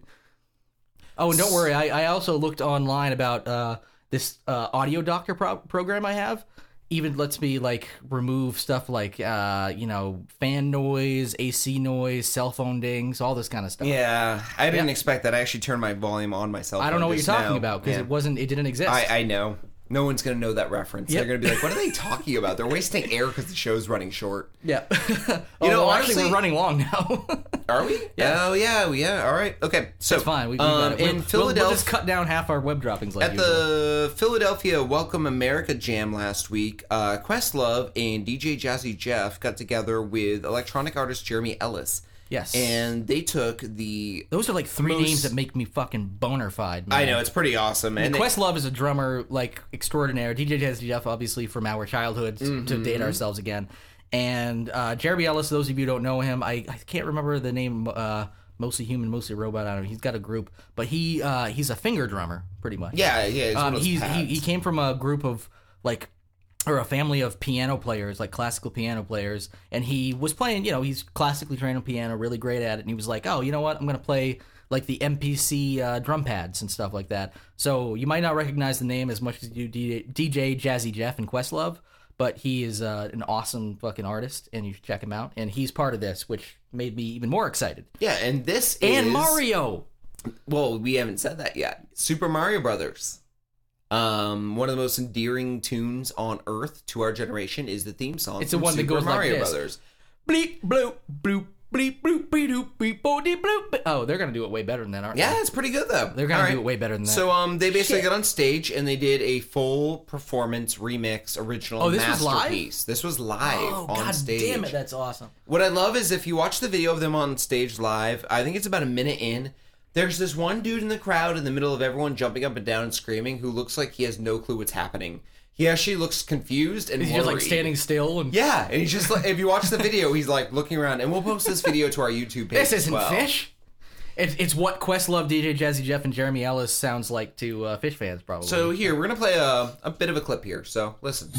Oh, and don't worry. I, I also looked online about uh, this uh, audio doctor pro- program I have. Even lets me like remove stuff like uh, you know fan noise, AC noise, cell phone dings, all this kind of stuff.
yeah, I didn't expect that. I actually turned my volume on myself.
I don't know what you're talking about because it wasn't. It didn't exist.
I, I know. No one's gonna know that reference.
Yep.
They're gonna be like, "What are they talking about? They're wasting air because the show's running short."
yeah. <laughs> you
know,
actually,
honestly-
we're running long now. <laughs>
Are we? Yeah. Oh yeah, we- yeah. All right. Okay. So
It's fine. We, we
um,
got it. We'll-
in
we'll-
Philadelphia
we'll just cut down half our web droppings like
at
usual.
the Philadelphia Welcome America Jam last week, uh, Questlove and DJ Jazzy Jeff got together with electronic artist Jeremy Ellis.
Yes. Oh,
And they took the.
Those are like three
Most-
names that make me fucking bonerfied. Man.
I know it's pretty awesome, and they-
Questlove is a drummer like extraordinaire. DJ Jazzy Jeff, obviously from our childhood t-
Mm-hmm.
to date ourselves again, and uh, Jeremy Ellis. Those of you who don't know him, I, I can't remember the name. Uh, mostly human, mostly robot. I don't know. He's got a group, but he uh, he's a finger drummer, pretty much.
yeah, yeah. It's one
Um,
of those
he's, he,
pads.
he came from a group of like or a family of piano players, like classical piano players, and he was playing. You know, he's classically trained on piano, really great at it. And he was like, "Oh, you know what? I'm gonna play like the MPC uh, drum pads and stuff like that." So you might not recognize the name as much as you do DJ Jazzy Jeff and Questlove, but he is uh, an awesome fucking artist, and you should check him out. And he's part of this, which made me even more excited.
yeah, and this
And
is,
Mario.
Well, we haven't said that yet. Super Mario Brothers. Um, one of the most endearing tunes on earth to our generation is the theme song.
It's the
from
one that
Super
goes like
Mario
this.
Brothers.
Bleep, bloop, bloop, bleep bloop bleep doop bleep bo dee bloop. bleep. Oh, they're gonna do it way better than that, aren't
Yeah,
they?
it's pretty good though.
They're gonna
All
do it way better than that.
So um, they basically
Shit.
got on stage and they did a full performance remix original.
Oh, this was live?
masterpiece. This was live
Oh
on
god
stage.
damn it, that's awesome.
What I love is if you watch the video of them on stage live, I think it's about a minute in. There's this one dude in the crowd in the middle of everyone jumping up and down and screaming who looks like he has no clue what's happening. He actually looks confused and
He's just like
worried.
standing still and
Yeah, and he's just like if you watch the video, he's like looking around, and we'll post this video to our YouTube page.
This
as
isn't
well.
fish. It's, it's what Questlove, DJ Jazzy Jeff, and Jeremy Ellis sounds like to uh, fish fans, probably.
So here we're gonna play a, a bit of a clip here. So listen.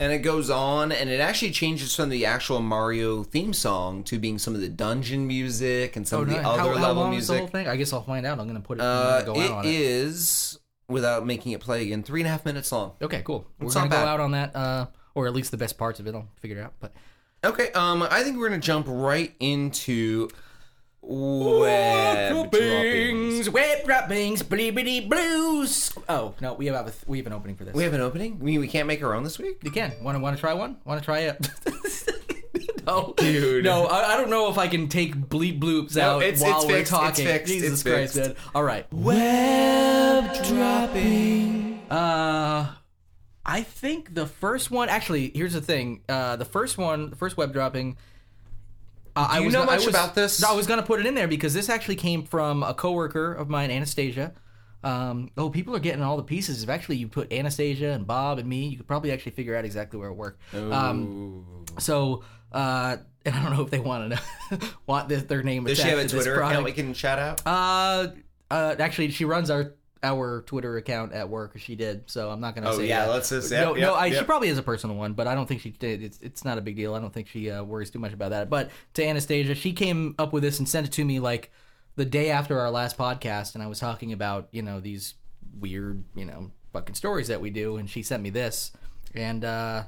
And it goes on, and it actually changes from the actual Mario theme song to being some of the dungeon music and some of the
Oh, nice.
other
how, how
level
long is the whole
music.
thing? I guess I'll find out. I'm gonna put it.
Uh,
I'm gonna go out on
it
it.
is, without making it play again, three and a half minutes long.
Okay, cool. We're
It's
gonna
not
go
bad.
out on that, uh, or at least the best parts of it. I'll figure it out. But
Okay, um, I think we're gonna jump right into web droppings.
web droppings, blibbity blues. Oh no, we have a th- we have an opening for this.
We have an opening. We we can't make our own this week.
You can. Want to want to try one? Want to
<laughs>
try it? no, dude. No, I, I don't know if I can take bleep bloops out
it's-
while
it's
we're
fixed, it's
talking.
fixed,
Jesus
it's
Christ,
fixed.
dude. All right. Web dropping. Uh, I think the first one. Actually, here's the thing. Uh, the first one, the first web dropping. Uh, I
you
was
know
gonna- I
much
was-
about this?
I was gonna put it in there because this actually came from a coworker of mine, Anastasia. Um, oh, people are getting all the pieces. If actually you put Anastasia and Bob and me, you could probably actually figure out exactly where it worked. Um,
Oh.
so, uh, <laughs> and I don't know if they want to know, <laughs> want this, their name
Does she
attached
have a
to this
Twitter account
product.
we can shout out?
Uh, uh, actually, she runs our our Twitter account at work. She did, so I'm not gonna
Oh,
say.
yeah,
that.
let's just- yep,
no,
yep,
no. I, She
yep.
probably has a personal one, but I don't think she did. It's it's not a big deal. I don't think she uh, worries too much about that. But to Anastasia, she came up with this and sent it to me like the day after our last podcast, and I was talking about you know these weird you know fucking stories that we do, and she sent me this, and uh,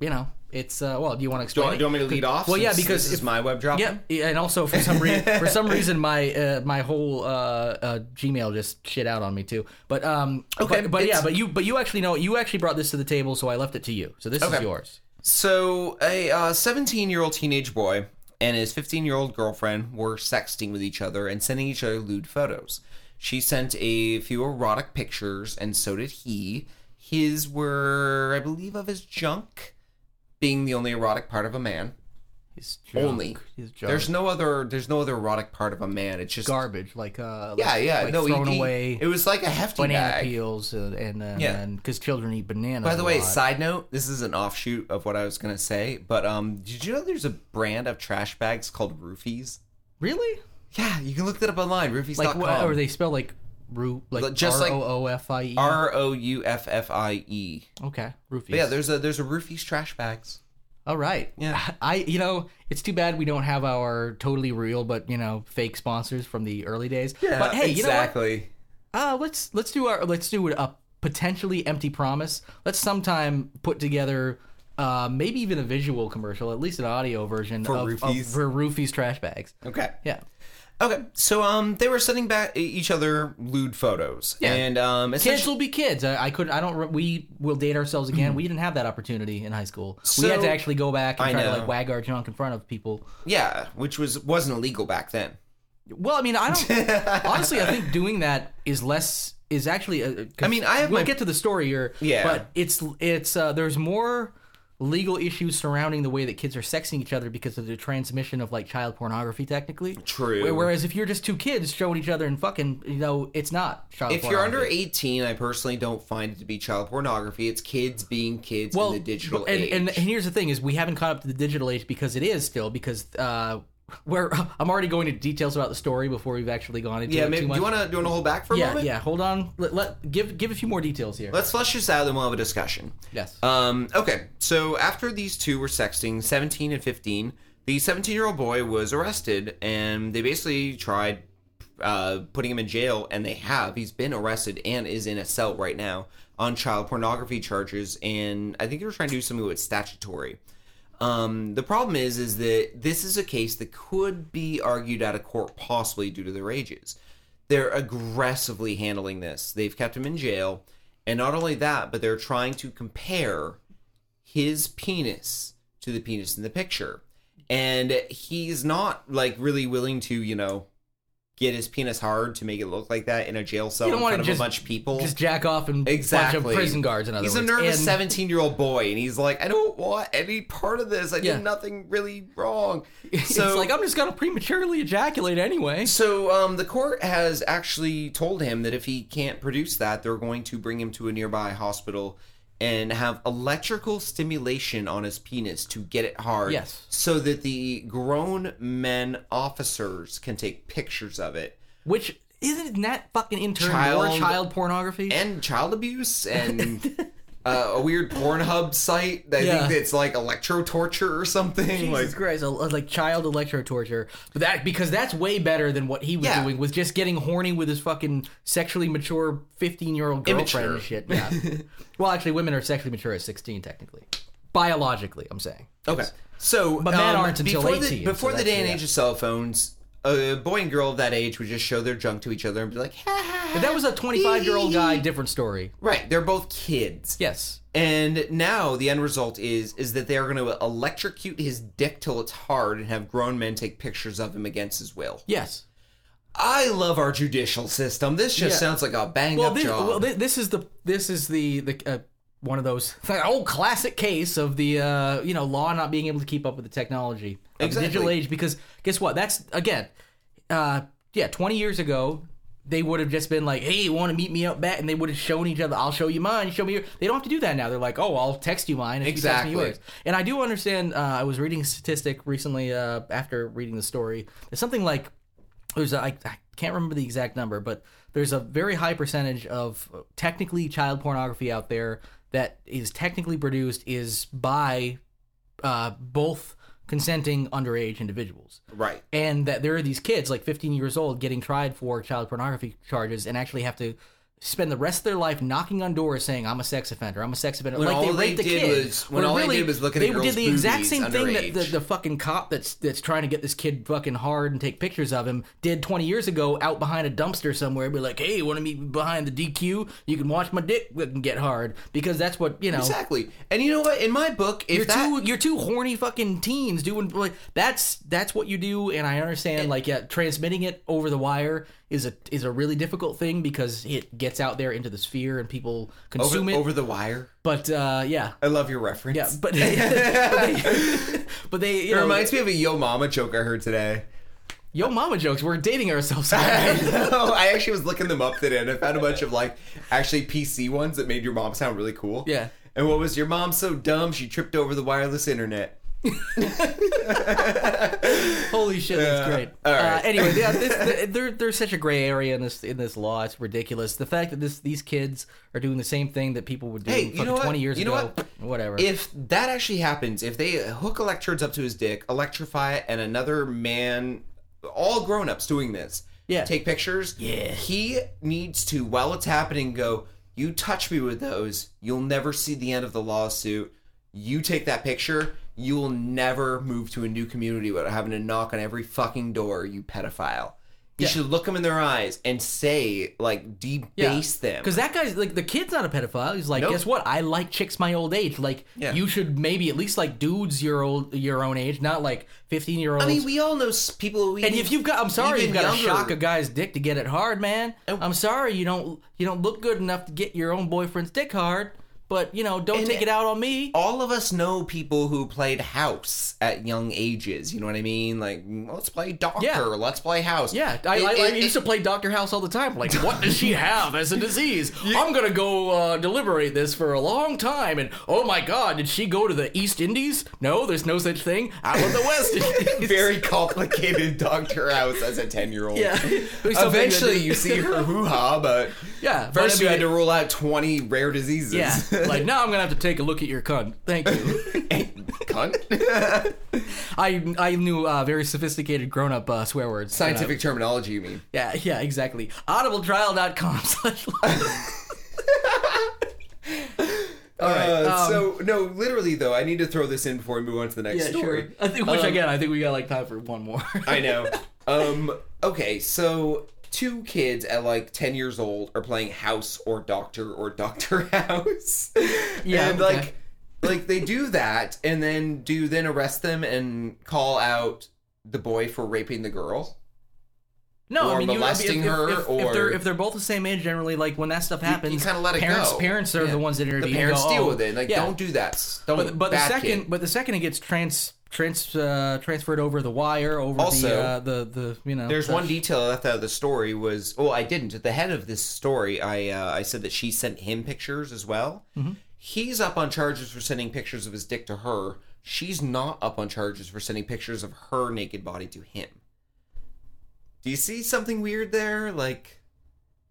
you know it's uh, well. Do you want to
do,
explain?
you,
it?
do you want me to lead off?
Well, yeah,
since
because
this
if-
is my web drop.
Yeah, yeah, and also for some
<laughs>
reason, for some reason, my uh, my whole uh, uh, Gmail just shit out on me too. But um,
Okay,
but, but yeah,
it's-
but you but you actually know you actually brought this to the table, so I left it to you. So this is
Okay.
yours.
So, a 17 year old teenage boy and his 15 year old girlfriend were sexting with each other and sending each other lewd photos. She sent a few erotic pictures, and so did he. His were, I believe, of his junk being the only erotic part of a man.
His
Only. There's no other. There's no other erotic part of a man. It's just
garbage like uh,
yeah,
like-
yeah.
like
no, he-
thrown
he-
away
It was like a hefty
banana
bag.
peels uh, and uh,
Yeah.
and because children eat bananas.
By the
a
way,
lot.
side note, this is an offshoot of what I was gonna say, but um, did you know there's a brand of trash bags called roofies?
really
Yeah, you can look that up online. Roofies.com.
like what or they spell like roo like
Just
just
like-
like O O F I E.
R O U F F I E.
Okay,
But
roofies.
yeah, there's a there's a roofies trash bags.
All right.
Yeah.
<laughs> I you know, it's too bad we don't have our totally real but, you know, fake sponsors from the early days. but hey,
exactly.
you know what? Uh let's let's do our let's do a potentially empty promise. Let's sometime put together uh maybe even a visual commercial, at least an audio version
For
of, of-
Roofies?
for Roofies trash bags.
Okay.
Yeah.
Okay. So um, they were sending back each other lewd photos,
Yeah.
and um,
Kids
essentially,
will be kids. I, I couldn't. I don't. re- We will date ourselves again. we didn't have that opportunity in high school. we had
Mm-hmm. So-
to actually go back and
I
try to
know.
like wag our junk in front of people.
yeah, which was wasn't illegal back then.
Well, I mean, I
<laughs>
don't. honestly, I think doing that is less is actually. A,
I mean, I have
We'll
my-
get to the story here.
Yeah.
But it's it's uh, there's more legal issues surrounding the way that kids are sexing each other because of the transmission of like child pornography. Technically,
True.
Where- Whereas if you're just two kids showing each other and fucking, you know, it's not child.
If you're under
pornography.
18, I personally don't find it to be child pornography. It's kids being kids in the digital
and,
age.
And, and here's the thing: is we haven't caught up to the digital age because it is still because uh, <laughs> we're. I'm already going into details about the story before we've actually gone into
yeah,
it
maybe
too
do
much.
you want to do you want to hold back for a
yeah,
moment?
yeah. Hold on. Let, let give give a few more details here.
Let's flesh this out, then we'll have a discussion.
yes.
Um, okay, so after these two were sexting, 17 and 15, The 17 year old boy was arrested, and they basically tried uh, putting him in jail, and they have. He's been arrested and is in a cell right now on child pornography charges, and I think they were trying to do something with statutory. Um, the problem is, is that this is a case that could be argued out of court, possibly due to their ages. They're aggressively handling this. They've kept him in jail, and not only that, but they're trying to compare his penis to the penis in the picture. And he's not like really willing to, you know, get his penis hard to make it look like that in a jail cell
You
in
don't
front
want
of
to just
a bunch of people.
Just jack off and
exactly.
bunch of prison guards. In other
he's
words.
a nervous
And-
seventeen-year-old boy, and he's like, I don't want any part of this. I
Yeah.
did nothing really wrong.
<laughs> <laughs> it's
So
like oh. I'm just gonna prematurely ejaculate anyway.
so um, the court has actually told him that if he can't produce that, they're going to bring him to a nearby hospital and have electrical stimulation on his penis to get it hard.
Yes.
So that the grown men officers can take pictures of it.
Which isn't that fucking intern
Child-
or child pornography?
and child abuse
<laughs>
and uh, a weird Pornhub site. that I
Yeah.
think it's like electro torture or something.
Jesus
like,
Christ, a, like child electro torture, but that because that's way better than what he was
Yeah.
doing was just getting horny with his fucking sexually mature fifteen year old girlfriend and
Immature.
shit. Yeah.
<laughs>
well, actually, women are sexually mature at sixteen technically, biologically. I'm saying.
okay, so um,
But men aren't until
before The,
18,
before
so
the day
that's-
and
yeah.
age of cell phones, a boy and girl of that age would just show their junk to each other and be like, ha ha. ha."
If that was a twenty five year old guy, different story.
Right, they're both kids.
Yes.
And now the end result is is that they are going to electrocute his dick till it's hard and have grown men take pictures of him against his will.
Yes.
I love our judicial system. This just
Yeah.
sounds like a bang
Well,
up
this,
job.
well, thi- this is the this is the the uh, one of those <laughs> that old classic case of the uh, you know law not being able to keep up with the technology of the
Exactly.
digital age because guess what? That's again, uh, yeah, twenty years ago. They would have just been like, "Hey, you want to meet me up back?" And they would have shown each other, "I'll show you mine, show me your." They don't have to do that now. They're like, "Oh, I'll text you mine." And you text me
Exactly.
yours." And I do understand. Uh, I was reading a statistic recently uh, after reading the story. There's something like there's a, I, I can't remember the exact number, but there's a very high percentage of technically child pornography out there that is technically produced is by uh, both consenting underage individuals.
right.
And that there are these kids, like 15 years old, getting tried for child pornography charges and actually have to spend the rest of their life knocking on doors saying, I'm a sex offender, I'm a sex offender.
When
like
all
they
they
raped the
did
kid.
was- when
Where
all they did was look at a
They
girl's
did the exact
boobies
same thing that the,
underage.
the fucking cop that's that's trying to get this kid fucking hard and take pictures of him did 20 years ago out behind a dumpster somewhere. Be like, hey, you want to meet me behind the DQ? You can watch my dick and get hard. Because that's what, you know.
Exactly. And you know what? In my book, if
Oh. You're
that
two, you're two horny fucking teens doing like that's that's what you do, and I understand like yeah, transmitting it over the wire is a is a really difficult thing because it gets out there into the sphere and people
over,
consume it.
over the wire,
but uh, yeah,
I love your reference. <laughs>
yeah, but <laughs> but they, but they you
it
know,
reminds me of a Yo Mama joke I heard today. <laughs>
yo mama jokes. We're dating ourselves. <laughs>
no, I actually was looking them up today, and I found a bunch of like actually PC ones that made your mom sound really cool.
Yeah.
And what was your mom so dumb she tripped over the wireless internet?
Holy shit, that's great.
all right.
Uh, anyway, yeah,
<laughs>
this, th there, there's such a gray area in this in this law. It's ridiculous. The fact that this these kids are doing the same thing that people would do
Hey, you
fucking
know what?
20 years
You know
ago. Whatever.
If that actually happens, if they hook electrodes up to his dick, electrify it, and another man, all grown ups doing this,
Yeah.
take pictures,
Yeah.
he needs to, while it's happening, go, You touch me with those, you'll never see the end of the lawsuit. You take that picture, you will never move to a new community without having to knock on every fucking door, you pedophile. You should look them in their eyes and say, like, debase them.
Because that guy's like the kid's not a pedophile. He's like,
Nope.
guess what? I like chicks my old age. Like
Yeah.
you should maybe at least like dudes your old your own age, not like fifteen year olds.
I mean, we all know s- people. We
and if you've got, I'm sorry,
even
you've got to
younger-
shock a guy's dick to get it hard, man. I'm sorry, you don't you don't look good enough to get your own boyfriend's dick hard. But you know, don't
And-
take it out on me.
all of us know people who played house at young ages. You know what I mean? Like, let's play doctor,
Yeah.
let's play house.
Yeah, I,
It-
I, I
it-
used to play Doctor House all the time. Like, what does
<laughs>
she have as a disease? I'm gonna go uh, deliberate this for a long time. And oh my God, did she go to the East Indies? No, there's no such thing. Out of the
<laughs>
West Indies.
very complicated doctor house as a 10 year old.
Yeah. <laughs> There's something
Eventually,
that-
you see
<laughs>
her hoo ha, but
Yeah, but
first
I
you had
mean-
to rule out 20 rare diseases. <laughs>
Yeah, like now I'm gonna have to take a look at your cunt. Thank you.
cunt.
I I knew uh, very sophisticated grown up uh, swear words.
Scientific terminology, you mean?
Yeah, yeah, exactly. Audibletrial.com <laughs>
<laughs>
slash
All right.
um,
Uh, so no, literally though, I need to throw this in before we move on to the next
yeah,
story.
<laughs> sure. I think, which
Um,
again, I think we got like time for one more. <laughs>
I know. Um, okay, so two kids at like 10 years old are playing house or doctor or doctor <laughs> house.
Yeah,
And
okay.
like like they do that and then do you then arrest them and call out the boy for raping the girl?
no,
or
I mean, you- I mean,
molesting
if, if-
her,
if, if
or-
they're if they're both the same age, generally, like when that stuff happens,
kinda let it
parents,
go.
Parents are
Yeah.
the ones that intervene.
The
and
parents
go,
deal
oh,
with it. Like
yeah.
don't do that. Don't
But, but the
bad
second,
kid.
but the second it gets trans trans uh, transferred over the wire over
Also,
the, uh, the the you know.
There's
the-
one detail I left out of the story was well, I didn't. At the head of this story, I uh, I said that she sent him pictures as well.
Mm-hmm.
He's up on charges for sending pictures of his dick to her. She's not up on charges for sending pictures of her naked body to him. Do you see something weird there? Like,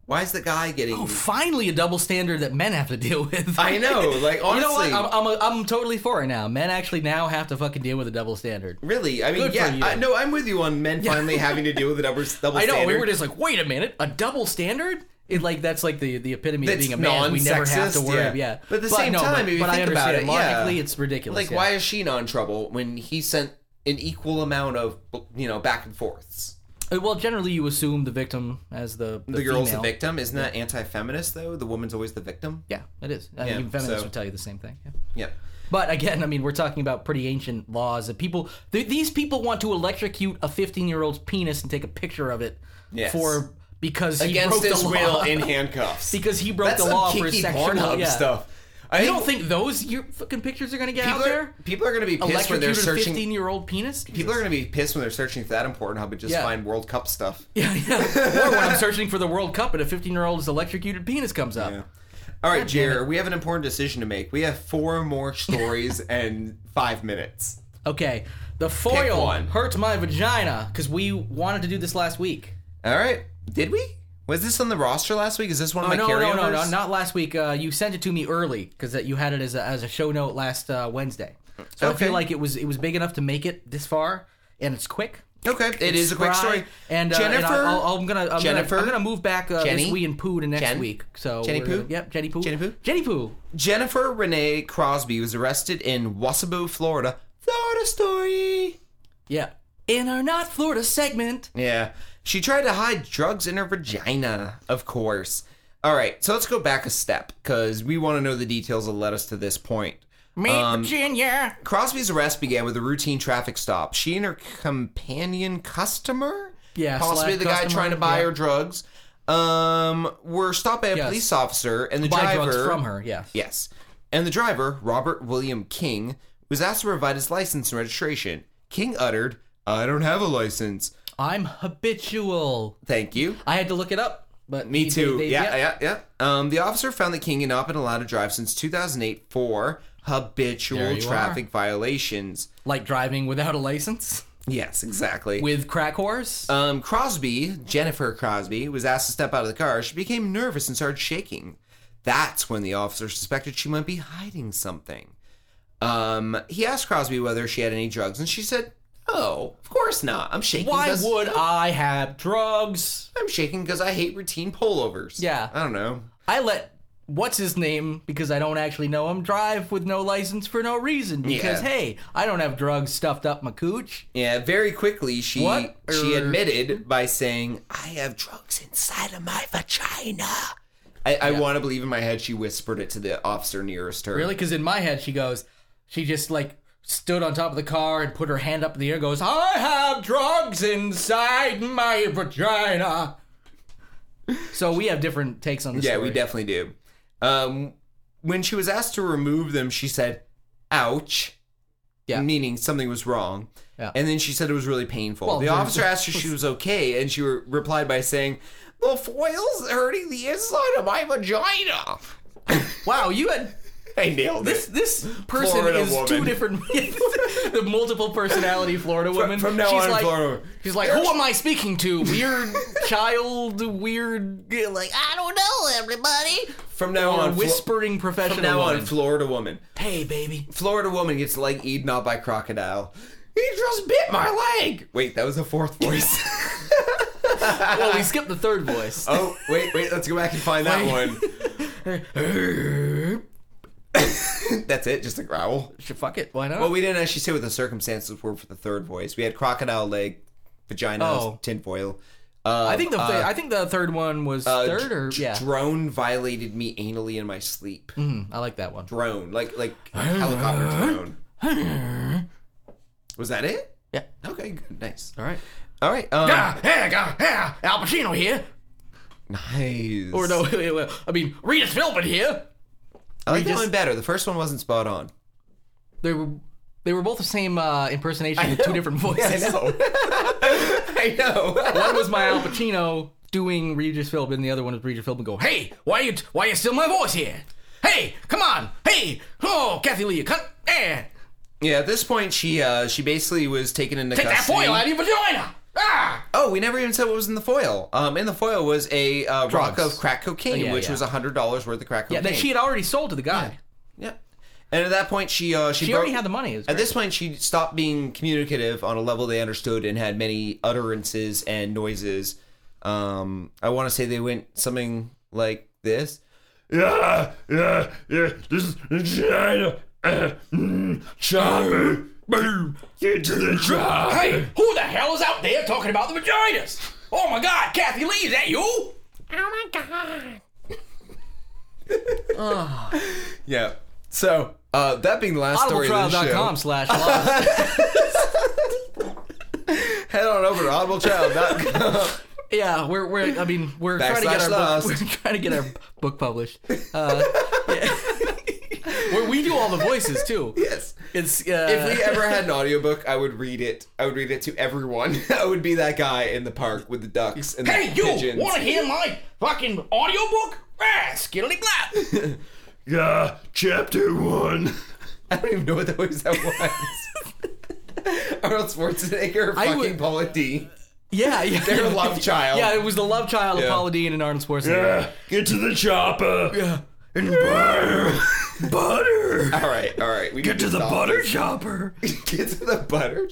why is the guy getting?
Oh, finally, a double standard that men have to deal with.
I know. Like honestly,
<laughs> You know what? I'm I'm, a, I'm totally for it now. Men actually now have to fucking deal with a double standard.
really. I mean,
Good for
yeah.
you.
I, no, I'm with you on men finally having to deal with the double double
<laughs> I know.
standard.
We were just like, wait a minute, a double standard. It like that's like the the epitome
That's
of being a man. We never have to
non-sexist,
worry.
yeah.
Yeah.
But at the same
no,
time, if you
I
think about
understand
it, yeah.
logically, it's ridiculous.
Like,
yeah.
why is she not in trouble when he sent an equal amount of, you know, back and forths?
Uh, Well, generally, you assume the victim as the the,
The, girl's
female.
the victim. Isn't that anti-feminist though? The woman's always the victim.
Yeah, it is. I
Yeah,
mean, feminists
so-
would tell you the same thing. Yeah.
Yeah.
But again, I mean, we're talking about pretty ancient laws that people th- these people want to electrocute a 15 year old's penis and take a picture of it
Yes.
for because he
Against
broke the
his
law.
will in handcuffs.
<laughs> because he broke
That's
the
some
law for
kinky
sexual
Pornhub
yeah.
stuff. I
You don't think those your fucking pictures are gonna get
people
out
are,
there?
People are going to be pissed when
Electrocuted
they're searching.
15 year old penis?
People are going to be pissed when they're searching for that in Pornhub and just
Yeah.
find World Cup stuff.
<laughs> yeah, yeah. Or when I'm searching for the World Cup and a 15 year old's electrocuted penis comes up.
Yeah. All right,
damn
Jer, we have an important decision to make. We have four more
<laughs>
stories and five minutes.
Okay, the foil
one.
hurts my vagina because we wanted to do this last week.
All right. Did we? Was this on the roster last week? Is this one of
Oh,
my
no, no,
carryovers?
no, no, not last week. Uh, you sent it to me early because you had it as a, as a show note last uh, Wednesday. So I
Okay.
feel like it was it was big enough to make it this far, and it's quick.
Okay, it is a quick
Spry,
story.
And uh,
Jennifer,
and I, I'll, I'm gonna I'm
Jennifer,
gonna, I'm gonna move back uh,
Jenny,
this wee and poo to next
Jen,
week. So
Jenny
we're
Poo?
gonna- Yep, Jenny poo.
Jenny Poo?
Jenny poo.
Jennifer Renee Crosby was arrested in Wasaboo, Florida. Florida story.
Yeah. In our not Florida segment,
Yeah, she tried to hide drugs in her vagina. Of course. All right, so let's go back a step because we want to know the details that led us to this point.
meet
Um,
Virginia.
Crosby's arrest began with a routine traffic stop. She and her companion customer,
Yeah,
possibly
select
the guy
customer,
trying to buy
yeah.
her drugs, um, were stopped by a
Yes.
police officer and the
Buy
driver
drugs from her. Yes.
Yes, and the driver Robert William King was asked to provide his license and registration. King uttered, "I don't have a license."
I'm habitual.
Thank you.
I had to look it up, but
Me
they-
too.
they-
yeah, yeah, yeah, Um, the officer found that King had not been allowed to drive since 2008 for
There
habitual
you
traffic violations.
Like driving without a license
Yes, exactly.
with crack whores.
Um, Crosby, Jennifer Crosby, was asked to step out of the car. She became nervous and started shaking. That's when the officer suspected she might be hiding something. Um, he asked Crosby whether she had any drugs, and she said, "Oh, of course not. I'm shaking.
Why
'cause-
would I have drugs?
I'm shaking because I hate routine pullovers?
Yeah.
I don't know.
I let what's his name because I don't actually know him drive with no license for no reason because
Yeah.
hey, I don't have drugs stuffed up my cooch.
Yeah. Very quickly, she
What
she
are-
admitted by saying, "I have drugs inside of my vagina." I, I want to believe in my head she whispered it to the officer nearest her.
Really? Because in my head she goes, she just like stood on top of the car and put her hand up in the air and goes, I have drugs inside my vagina. So we have different takes on this.
Yeah, we
story.
definitely do. Um, when she was asked to remove them, she said, "Ouch,"
Yeah.
meaning something was wrong.
Yeah.
And then she said it was really painful.
Well,
the
there's- <laughs>
officer asked her if she was okay, and she re- replied by saying, "The foil's hurting the inside of my vagina."
Wow, you had
I nailed
This
it.
this person
Florida
is two
woman.
different, <laughs> the multiple personality Florida woman.
from now
she's
on,
like,
Florida-
She's like, who am I speaking to? Weird <laughs> child, weird, like I don't know, everybody.
From now
Or
on, Flo-
whispering professional
from now on,
woman.
Florida woman.
hey, baby.
Florida woman gets leg eaten off by crocodile. He just bit my leg. Wait, that was a fourth voice. <laughs>
Well, we skipped the third voice.
oh, wait, wait. Let's go back and find that one. That's it. Just a growl.
Sh- Fuck it. Why not?
Well, we didn't actually say what the circumstances were for the third voice. We had crocodile leg, vagina,
Oh.
tinfoil. Uh,
I think the
uh,
I think the third one was
uh,
third or
dr-
yeah.
Drone violated me anally in my sleep.
Mm, I like that one.
Drone, like like helicopter drone. Was that it?
Yeah.
Okay, good, nice.
All right.
All right. Um,
Ah, hey, God, yeah, Al Pacino here.
Nice.
Or no, <laughs> wait, wait, I mean Rita Philbin here.
I like
we
that
just-
one better. The first one wasn't spot on.
They were they were both the same uh, impersonation with two <laughs> different voices.
know. <laughs> I
<laughs>
know.
one was my Al Pacino doing Regis Philbin, the other one was Regis Philbin go, Hey, why you why you still my voice here? Hey, come on, hey, oh Kathy Lee, cut eh,
Yeah, at this point, she uh, she basically was taken into
take that
custody.
foil out of your vagina. Ah,
Oh, we never even said what was in the foil. Um, in the foil was a uh, rock
Drugs.
of crack cocaine,
yeah,
which
yeah.
was was hundred dollars worth of crack
yeah,
cocaine.
that she had already sold to the guy.
Yeah. And at that point, she uh, she,
She
broke-
already had the money.
At this point, she stopped being communicative on a level they understood and had many utterances and noises. Um, I want to say they went something like this.
Yeah, yeah, yeah. This is China. uh, mm, Chopper. Boom. Get to the job.
Hey, who the hell is out there talking about the vaginas? Oh my God, Kathy Lee, is that you?
Yeah. So uh, that being the last story of the show,
Audibletrial.com <laughs> slash lost.
head on over to audiblechild.com.
yeah, we're, we're I mean we're trying to get
Backslash
our
lost.
book, we're trying to get our book <laughs> published. Uh, yeah. <laughs> Where we do all the voices too.
<laughs> yes.
It's uh,
If we ever had an audiobook, I would read it. I would read it to everyone. <laughs> I would be that guy in the park with the ducks and
Hey,
the
you
pigeons.
want to hear my fucking audiobook? Ah, skiddly glap.
Yeah, chapter one.
<laughs> I don't even know what the voice that was. <laughs> Arnold Schwarzenegger,
I
fucking
would-
Paula D.
<laughs> yeah, yeah,
Their love child.
Yeah, it was the love child
Yeah.
of Paula Dean and Arnold Schwarzenegger.
Yeah, get to the chopper. Yeah, and butter. butter.
All right, all right. We
Get
need
to the
stop
butter
this.
chopper.
<laughs> Get to the butter.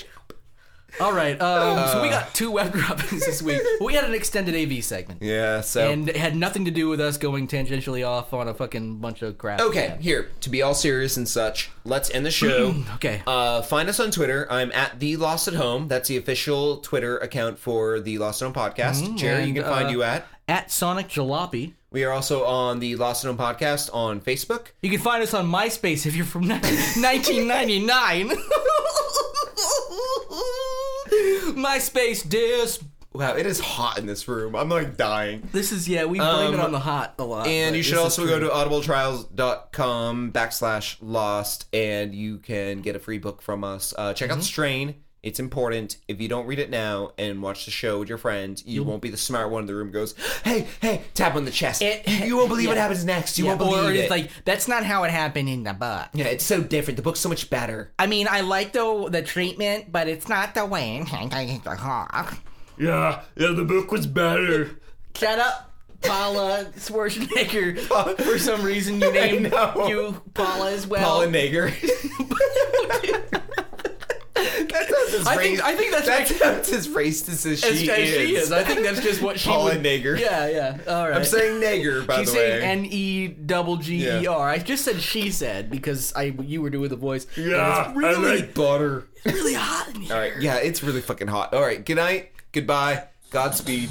All right, um,
Ah.
so we got two web <laughs> droppings this week. We had an extended AV segment.
Yeah. So
And it had nothing to do with us going tangentially off on a fucking bunch of crap.
okay, here to be all serious and such. Let's end the show.
<clears throat> Okay.
Uh, find us on Twitter. I'm at the Lost at Home. That's the official Twitter account for the Lost at Home podcast. Jerry, you
and,
can find
uh,
you at.
at Sonic Jalopy.
We are also on the Lost at Home podcast on Facebook.
You can find us on MySpace if you're from ni- <laughs> 1999. <laughs> MySpace disc.
Wow, it is hot in this room. I'm like dying.
This is yeah, we blame it
Um,
on the hot a lot.
And
but
you should
this is
also
true.
go to audibletrials.com backslash lost and you can get a free book from us. Uh,
Mm-hmm.
check out The Strain. It's important. If you don't read it now and watch the show with your friends, you won't be the smart one in the room who goes, hey, hey, tap on the chest. you
<laughs>
won't believe what happens next. You
Yeah,
won't believe
or
it.
it's like that's not how it happened in the book.
yeah, it's so different. The book's so much better.
I mean, I like the the treatment, but it's not the way. Shut
Yeah, yeah, the book was better.
up, Paula Schwarzenegger.
<laughs>
For some reason, you named
know.
you Paula as well.
Paula Nager. <laughs> That's how this
I think-
race-
I think that's
how as racist as
As
she,
as
E is.
she is. I think that's just what she
Paula
would-
Nager.
Yeah, yeah. All right.
I'm saying Nager, by
She's
the way.
saying N E double G E R. I just said she said because I you were doing the voice.
Yeah,
And it's really
I like butter.
really hot in here.
All right. Yeah, it's really fucking hot. All right. Good night. Goodbye. Godspeed.